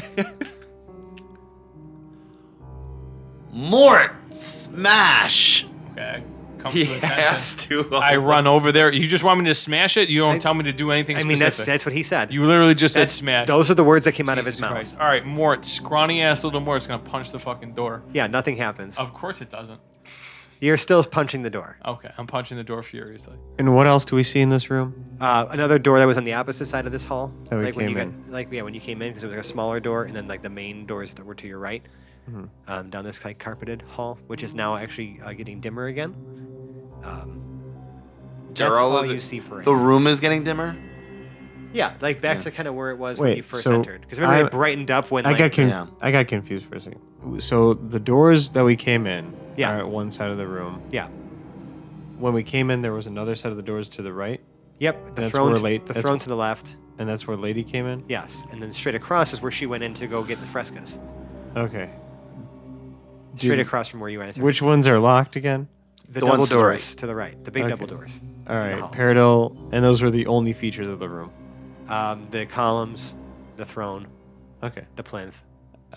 Speaker 4: Mort smash!
Speaker 5: Okay. uh, Come
Speaker 6: He
Speaker 5: to attention.
Speaker 6: has to. uh,
Speaker 5: I run over there. You just want me to smash it? You don't
Speaker 3: I-
Speaker 5: tell me to do anything
Speaker 3: I
Speaker 5: specific.
Speaker 3: mean, that's that's what he said.
Speaker 5: you literally just said
Speaker 3: That's-
Speaker 5: smash.
Speaker 3: Those are the words that came out of
Speaker 5: Jesus
Speaker 3: his mouth.
Speaker 5: Christ. All right, Mort, scrawny ass little Mort's gonna punch the fucking door.
Speaker 3: Yeah, nothing happens.
Speaker 5: Of course it doesn't.
Speaker 3: You're still punching the door.
Speaker 5: Okay, I'm punching the door furiously.
Speaker 2: And what else do we see in this room?
Speaker 3: Uh, another door that was on the opposite side of this hall.
Speaker 2: That we
Speaker 3: like when
Speaker 2: Oh, came
Speaker 3: you
Speaker 2: in.
Speaker 3: Got, like yeah, when you came in because it was like a smaller door, and then like the main doors that were to your right,
Speaker 2: Mm-hmm.
Speaker 3: um, down this like carpeted hall, which is now actually uh, getting dimmer again. Um, that's
Speaker 6: Jarl
Speaker 3: all
Speaker 6: is
Speaker 3: you
Speaker 6: a-
Speaker 3: see for it.
Speaker 4: The room is getting dimmer?
Speaker 3: yeah, like back to kind of where it was when
Speaker 2: Wait,
Speaker 3: you first
Speaker 2: so
Speaker 3: entered. Because remember,
Speaker 2: I-
Speaker 3: it brightened up when
Speaker 2: I
Speaker 3: like,
Speaker 2: got conf-
Speaker 4: Yeah.
Speaker 2: I got confused for a second. So the doors that we came in
Speaker 3: Yeah.
Speaker 2: are at one side of the room.
Speaker 3: yeah,
Speaker 2: When we came in, there was another side of the doors to the right,
Speaker 3: yep. The
Speaker 2: That's
Speaker 3: throne,
Speaker 2: where
Speaker 3: to-
Speaker 2: late-
Speaker 3: the
Speaker 2: that's-
Speaker 3: throne to the left.
Speaker 2: and that's where Lady came in.
Speaker 3: Yes, and then straight across is where she went in to go get the frescas.
Speaker 2: Okay.
Speaker 3: Straight across from where you entered.
Speaker 2: Which ones are locked again?
Speaker 3: the,
Speaker 4: the
Speaker 3: double
Speaker 4: ones to the right.
Speaker 3: doors to the right, the big
Speaker 2: Okay.
Speaker 3: double doors,
Speaker 2: All right,
Speaker 3: No.
Speaker 2: Peridot, and those were the only features of the room.
Speaker 3: um, the columns, the throne,
Speaker 2: Okay.
Speaker 3: the plinth,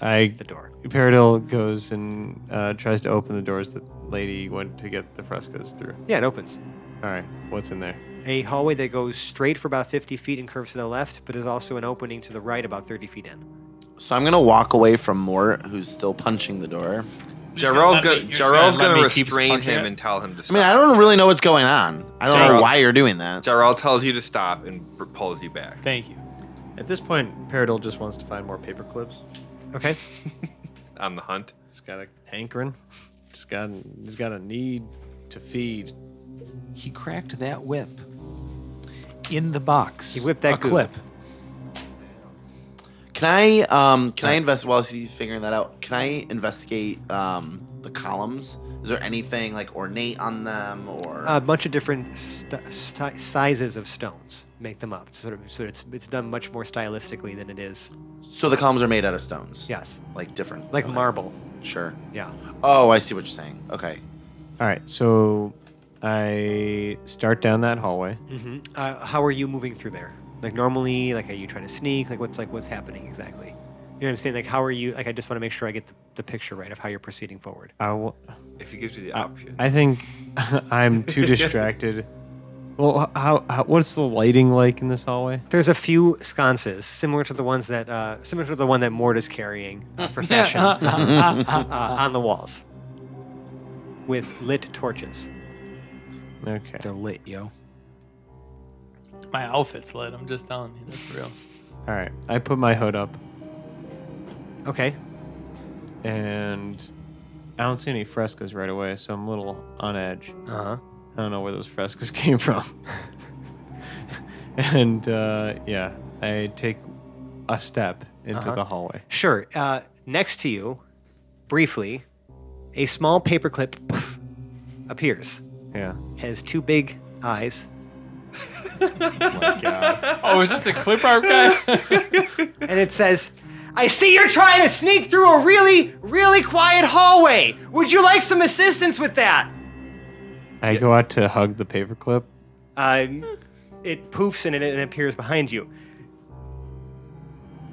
Speaker 2: I
Speaker 3: the door.
Speaker 2: Peridot goes and uh, tries to open the doors that Lady went to get the frescoes through.
Speaker 3: Yeah, it opens.
Speaker 2: All right, what's in there?
Speaker 3: A hallway that goes straight for about 50 feet and curves to the left, but is also an opening to the right about 30 feet in.
Speaker 4: So I'm gonna walk away from Mort, who's still punching the door.
Speaker 6: Jarl's
Speaker 5: Let me-
Speaker 6: gonna,
Speaker 5: you're
Speaker 6: Jarl's
Speaker 5: saying let
Speaker 6: gonna
Speaker 5: me keep
Speaker 6: restrain
Speaker 5: punching
Speaker 6: him
Speaker 5: it?
Speaker 6: and tell him to
Speaker 4: I
Speaker 6: stop.
Speaker 4: mean, I don't really know what's going on. I don't know
Speaker 6: Gerald.
Speaker 4: why you're doing that.
Speaker 6: Jarl tells you to stop and b- pulls you back.
Speaker 5: Thank you.
Speaker 2: At this point, Peridot just wants to find more paper clips.
Speaker 3: Okay.
Speaker 6: On the hunt.
Speaker 2: He's got a hankering. He's got he's got a need to feed.
Speaker 1: He cracked that whip in the box.
Speaker 3: He whipped that
Speaker 1: a
Speaker 3: goop.
Speaker 1: clip.
Speaker 4: Can I um can I invest while he's figuring that out? Can I investigate um the columns? Is there anything like ornate on them or
Speaker 3: A bunch of different st- sti sizes of stones make them up. Sort of, so it's, it's done much more stylistically than it is.
Speaker 4: so the columns are made out of stones?
Speaker 3: Yes.
Speaker 4: Like different.
Speaker 3: Like
Speaker 4: okay,
Speaker 3: marble.
Speaker 4: Sure.
Speaker 3: Yeah.
Speaker 4: Oh, I see what you're saying. Okay.
Speaker 2: All right, so I start down that hallway.
Speaker 3: hmm Uh, how are you moving through there? Like normally, like are you trying to sneak? Like what's like what's happening exactly? You know what I'm saying? Like how are you? Like I just want to make sure I get the, the picture right of how you're proceeding forward.
Speaker 2: I w-
Speaker 6: If he gives you the
Speaker 2: I-
Speaker 6: option.
Speaker 2: I think I'm too distracted. Well, h- how, how what's the lighting like in this hallway?
Speaker 3: There's a few sconces similar to the ones that uh, similar to the one that Mort is carrying uh, for fashion uh, on the walls with lit torches.
Speaker 2: Okay.
Speaker 7: They're lit, yo.
Speaker 5: My outfit's lit. I'm just telling you, that's real.
Speaker 2: All right. I put my hood up
Speaker 3: Okay.
Speaker 2: and I don't see any frescoes right away, so I'm a little on edge.
Speaker 3: Uh huh.
Speaker 2: I don't know where those frescoes came from. and uh, yeah, I take a step into
Speaker 3: Uh-huh.
Speaker 2: the hallway.
Speaker 3: Sure. Uh, next to you, briefly, a small paperclip appears.
Speaker 2: Yeah.
Speaker 3: Has two big eyes
Speaker 5: Oh, is this a clip art guy?
Speaker 3: and it says, I see you're trying to sneak through a really, really quiet hallway. Would you like some assistance with that?
Speaker 2: I go out to hug the paperclip.
Speaker 3: Um, it poofs and it, and it appears behind you.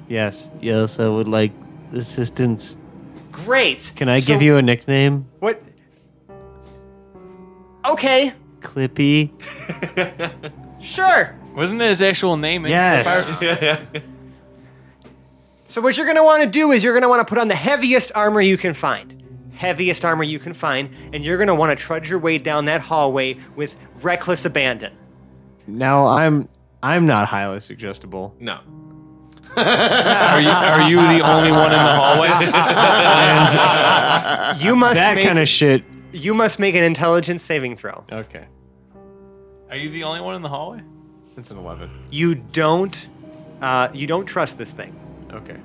Speaker 2: Yes. Yes, I would like assistance.
Speaker 3: Great.
Speaker 2: Can I
Speaker 3: So
Speaker 2: give you a nickname?
Speaker 3: what? Okay,
Speaker 2: Clippy?
Speaker 3: sure.
Speaker 5: Wasn't that his actual name? in
Speaker 2: Yes.
Speaker 5: clip art?
Speaker 3: So what you're gonna want to do is you're gonna want to put on the heaviest armor you can find, heaviest armor you can find, and you're gonna want to trudge your way down that hallway with reckless abandon.
Speaker 2: Now I'm I'm not highly suggestible.
Speaker 6: no.
Speaker 5: Are you, are you the only one in the hallway?
Speaker 3: You
Speaker 2: Uh,
Speaker 3: must
Speaker 2: That
Speaker 3: make
Speaker 2: kind of shit.
Speaker 3: you must make an intelligence saving throw.
Speaker 2: Okay.
Speaker 5: Are you the only one in the hallway?
Speaker 2: It's an 11.
Speaker 3: You don't uh, you don't trust this thing
Speaker 2: Okay.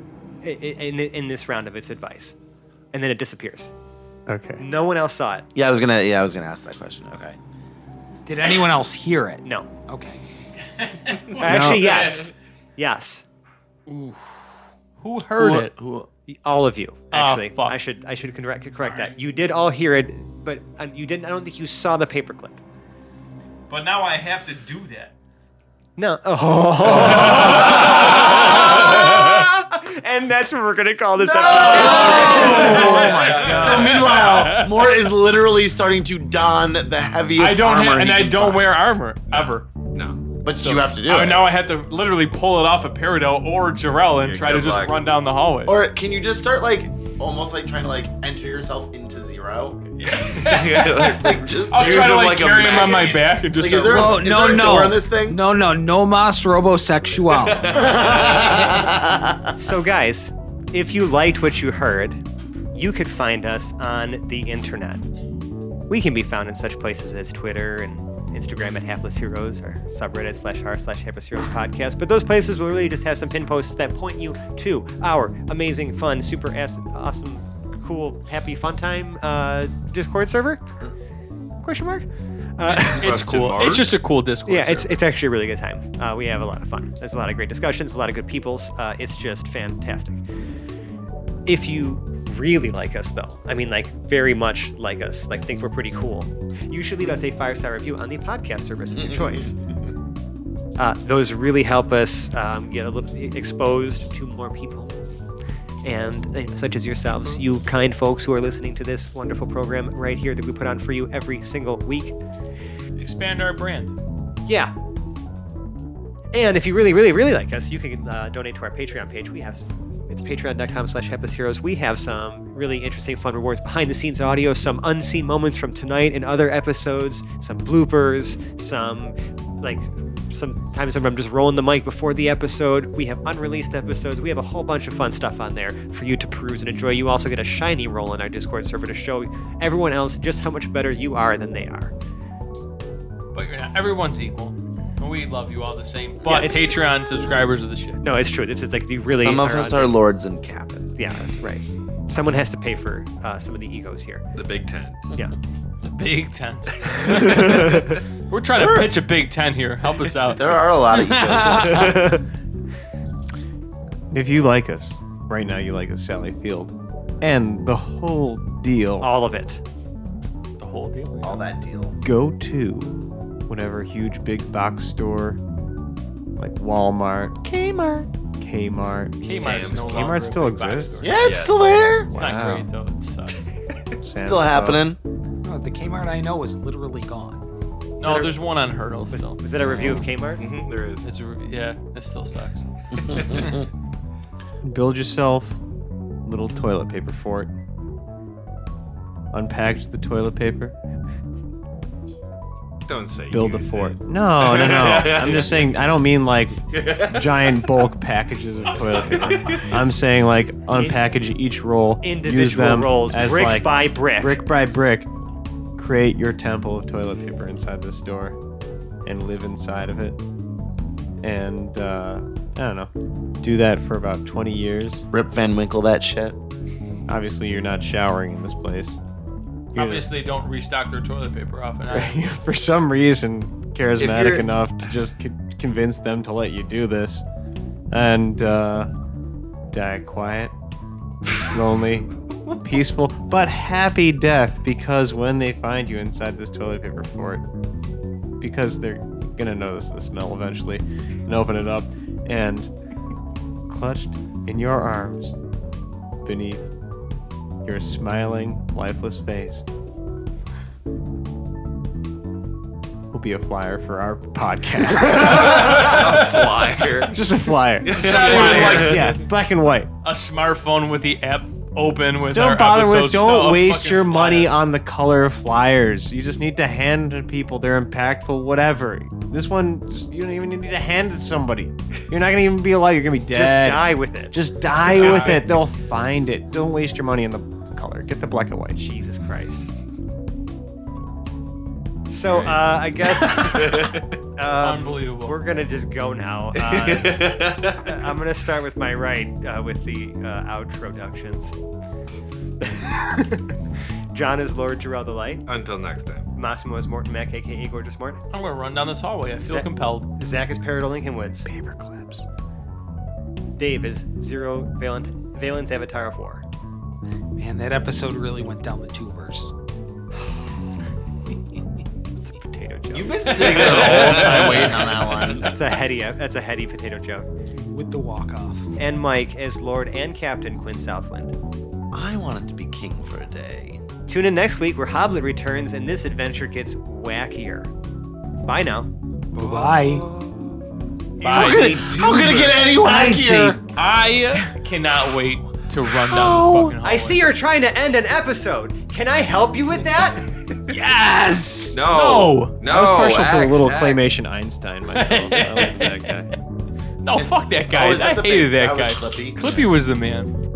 Speaker 3: i- i- in, in this round of its advice, and then it disappears.
Speaker 2: Okay.
Speaker 3: No one else saw it.
Speaker 4: Yeah, I was gonna yeah, I was gonna ask that question. Okay.
Speaker 7: Did anyone else hear it?
Speaker 3: No.
Speaker 7: Okay.
Speaker 3: Actually, yes. Yes.
Speaker 5: Who heard
Speaker 4: Who-
Speaker 5: it?
Speaker 4: who-
Speaker 3: all of you
Speaker 5: Ah,
Speaker 3: actually.
Speaker 5: fuck.
Speaker 3: I should I should correct, correct that. You did all hear it, but uh, you didn't. I don't think you saw the paperclip.
Speaker 5: But now I have to do that.
Speaker 3: No. and that's what we're gonna call this episode.
Speaker 4: So meanwhile, Mort is literally starting to don the heaviest
Speaker 5: I don't
Speaker 4: armor
Speaker 5: have, and
Speaker 4: he
Speaker 5: I
Speaker 4: can
Speaker 5: don't
Speaker 4: find.
Speaker 5: wear armor ever.
Speaker 6: No.
Speaker 4: But you have to do
Speaker 5: I
Speaker 4: it.
Speaker 5: mean, now I have to literally pull it off of Peridot or Jarell and
Speaker 6: Yeah,
Speaker 5: try to
Speaker 6: good
Speaker 5: just
Speaker 6: luck.
Speaker 5: run down the hallway.
Speaker 4: Or can you just start like almost like trying to like enter yourself into zero? Like just
Speaker 5: I'll
Speaker 4: use
Speaker 5: try to
Speaker 4: him
Speaker 5: like,
Speaker 4: a
Speaker 5: carry him on my
Speaker 4: magnet.
Speaker 5: back and just.
Speaker 4: Like, is there,
Speaker 7: Whoa,
Speaker 4: a, is
Speaker 7: no,
Speaker 4: there a
Speaker 7: no.
Speaker 4: door on this thing?
Speaker 7: No, no, no mas robosexual.
Speaker 3: so guys, if you liked what you heard, you could find us on the internet. We can be found in such places as Twitter and Instagram at Hapless Heroes or subreddit slash r slash Hapless Heroes podcast. But those places will really just have some pin posts that point you to our amazing, fun, super ass- awesome, cool, happy, fun time uh, Discord server? Question mark? Uh,
Speaker 5: it's
Speaker 6: Question
Speaker 5: cool.
Speaker 6: mark?
Speaker 5: It's just a cool Discord.
Speaker 3: yeah, it's
Speaker 5: server.
Speaker 3: it's actually a really good time. Uh, we have a lot of fun. There's a lot of great discussions, a lot of good peoples. Uh, it's just fantastic. If you really like us, though, I mean, like very much like us, like think we're pretty cool, you should leave us a five star review on the podcast service of your choice. Uh, those really help us um, get a little exposed to more people and uh, such as yourselves, you kind folks who are listening to this wonderful program right here that we put on for you every single week.
Speaker 5: expand our brand.
Speaker 3: Yeah. And if you really, really, really like us, you can uh, donate to our Patreon page. We have some, it's patreon.com slash Hepus Heroes. We have some really interesting, fun rewards, behind the scenes audio, some unseen moments from tonight and other episodes, some bloopers, some like sometimes I'm just rolling the mic before the episode. We have unreleased episodes. We have a whole bunch of fun stuff on there for you to peruse and enjoy. You also get a shiny roll in our Discord server to show everyone else just how much better you are than they are.
Speaker 5: But you're not. Everyone's equal. And we love you all the same.
Speaker 3: Yeah,
Speaker 5: But
Speaker 3: it's-
Speaker 5: Patreon subscribers are the shit.
Speaker 3: No, it's true. This is like the really
Speaker 4: Some of
Speaker 3: are
Speaker 4: us
Speaker 3: on-
Speaker 4: are lords and captains.
Speaker 3: Yeah, right. Someone has to pay for uh, some of the egos here.
Speaker 6: The Big Ten.
Speaker 3: Yeah.
Speaker 5: The big tent. We're trying to pitch a big tent here. Help us out.
Speaker 4: There are a lot of egos.
Speaker 2: If you like us, right now you like us, Sally Field, and the whole deal.
Speaker 3: All of it.
Speaker 5: the whole deal.
Speaker 4: all that deal.
Speaker 2: go to whatever huge big box store like Walmart, Kmart, Kmart.
Speaker 5: Kmart's
Speaker 6: Sam's
Speaker 5: no
Speaker 6: Club.
Speaker 5: longer a
Speaker 2: Kmart still
Speaker 5: big box
Speaker 2: exists.
Speaker 5: store.
Speaker 4: Yeah, it's still there.
Speaker 5: It's
Speaker 2: Wow.
Speaker 5: not great though. It sucks.
Speaker 2: Sam's
Speaker 4: Still
Speaker 2: Club.
Speaker 4: happening.
Speaker 7: No, Oh, the Kmart I know is literally gone.
Speaker 5: No, there's one on hurdle still.
Speaker 3: Was that a review of Kmart?
Speaker 6: Mm-hmm, there is.
Speaker 5: It's a, re- yeah, it still sucks.
Speaker 2: Build yourself a little toilet paper fort. Unpackage the toilet paper.
Speaker 6: Don't say.
Speaker 2: Build
Speaker 6: you
Speaker 2: a
Speaker 6: did
Speaker 2: fort.
Speaker 6: that.
Speaker 2: No, no, no. I'm just saying. I don't mean like giant bulk packages of toilet paper. I'm saying like unpackage each roll, use
Speaker 3: Individual
Speaker 2: them
Speaker 3: rolls,
Speaker 2: as
Speaker 3: brick
Speaker 2: like
Speaker 3: by brick.
Speaker 2: brick by brick, create your temple of toilet paper inside the store and live inside of it. And uh, I don't know, do that for about 20 years.
Speaker 4: Rip Van Winkle that shit.
Speaker 2: Obviously, you're not showering in this place. You're just-
Speaker 5: Obviously, don't restock their toilet paper often. I-
Speaker 2: for some reason,
Speaker 4: If you're-
Speaker 2: charismatic enough to just c- convince them to let you do this and uh, die quiet, lonely, peaceful, but happy death because when they find you inside this toilet paper fort, because they're gonna notice the smell eventually and open it up and clutched in your arms beneath your smiling lifeless face will be a flyer for our podcast
Speaker 6: Flyer.
Speaker 2: just a flyer
Speaker 5: It's not even like
Speaker 2: yeah black and white
Speaker 5: a smartphone with the app open with. our
Speaker 2: don't bother with
Speaker 5: episodes,
Speaker 2: don't
Speaker 5: no,
Speaker 2: waste
Speaker 5: fucking
Speaker 2: your money
Speaker 5: flyer.
Speaker 2: on the color of flyers you just need to hand to people they're impactful whatever this one just, you don't even need to hand it to somebody you're not gonna even be alive you're gonna be
Speaker 3: Just
Speaker 2: dead
Speaker 3: die with it.
Speaker 2: Just die with it. They'll find it. Don't waste your money on the color. Get the black and white.
Speaker 3: Jesus Christ. So uh, I guess um,
Speaker 5: Unbelievable.
Speaker 3: we're gonna just go now. Uh, I'm gonna start with my right uh, with the uh, outroductions. John is Lord Jarrell the Light.
Speaker 6: Until next time.
Speaker 3: Massimo is Morton Mac, aka Gorgeous Mort.
Speaker 5: I'm gonna run down this hallway. I feel
Speaker 3: Zach-
Speaker 5: compelled.
Speaker 3: Zach is Paradol Lincoln Woods.
Speaker 2: Paper clips.
Speaker 3: Dave is Zero Valent Valen's Avatar of War.
Speaker 7: Man, that episode really went down the tubers.
Speaker 3: It's a potato joke.
Speaker 4: You've been sitting there the whole time waiting on that one.
Speaker 3: that's a heady. That's a heady potato joke.
Speaker 7: With the walk off.
Speaker 3: And Mike as Lord and Captain Quinn Southwind.
Speaker 4: I wanted to be king for a day.
Speaker 3: Tune in next week where Hoblet returns and this adventure gets wackier. Bye now.
Speaker 4: Oh,
Speaker 7: Bye.
Speaker 4: How
Speaker 5: Bye.
Speaker 4: could, how could it get any wackier?
Speaker 5: I cannot wait to run down this fucking hallway.
Speaker 3: I see you're trying to end an episode. Can I help you with that?
Speaker 1: Yes.
Speaker 6: No. No.
Speaker 2: I was partial to a
Speaker 6: Axe,
Speaker 2: little
Speaker 6: Oh, Axe.
Speaker 2: claymation Einstein myself. I liked that guy.
Speaker 5: No, fuck that guy.
Speaker 4: Oh, is that
Speaker 5: I
Speaker 4: the
Speaker 5: hated
Speaker 4: big-
Speaker 5: that,
Speaker 4: that
Speaker 5: guy.
Speaker 4: was Clippy?
Speaker 5: Clippy was the man.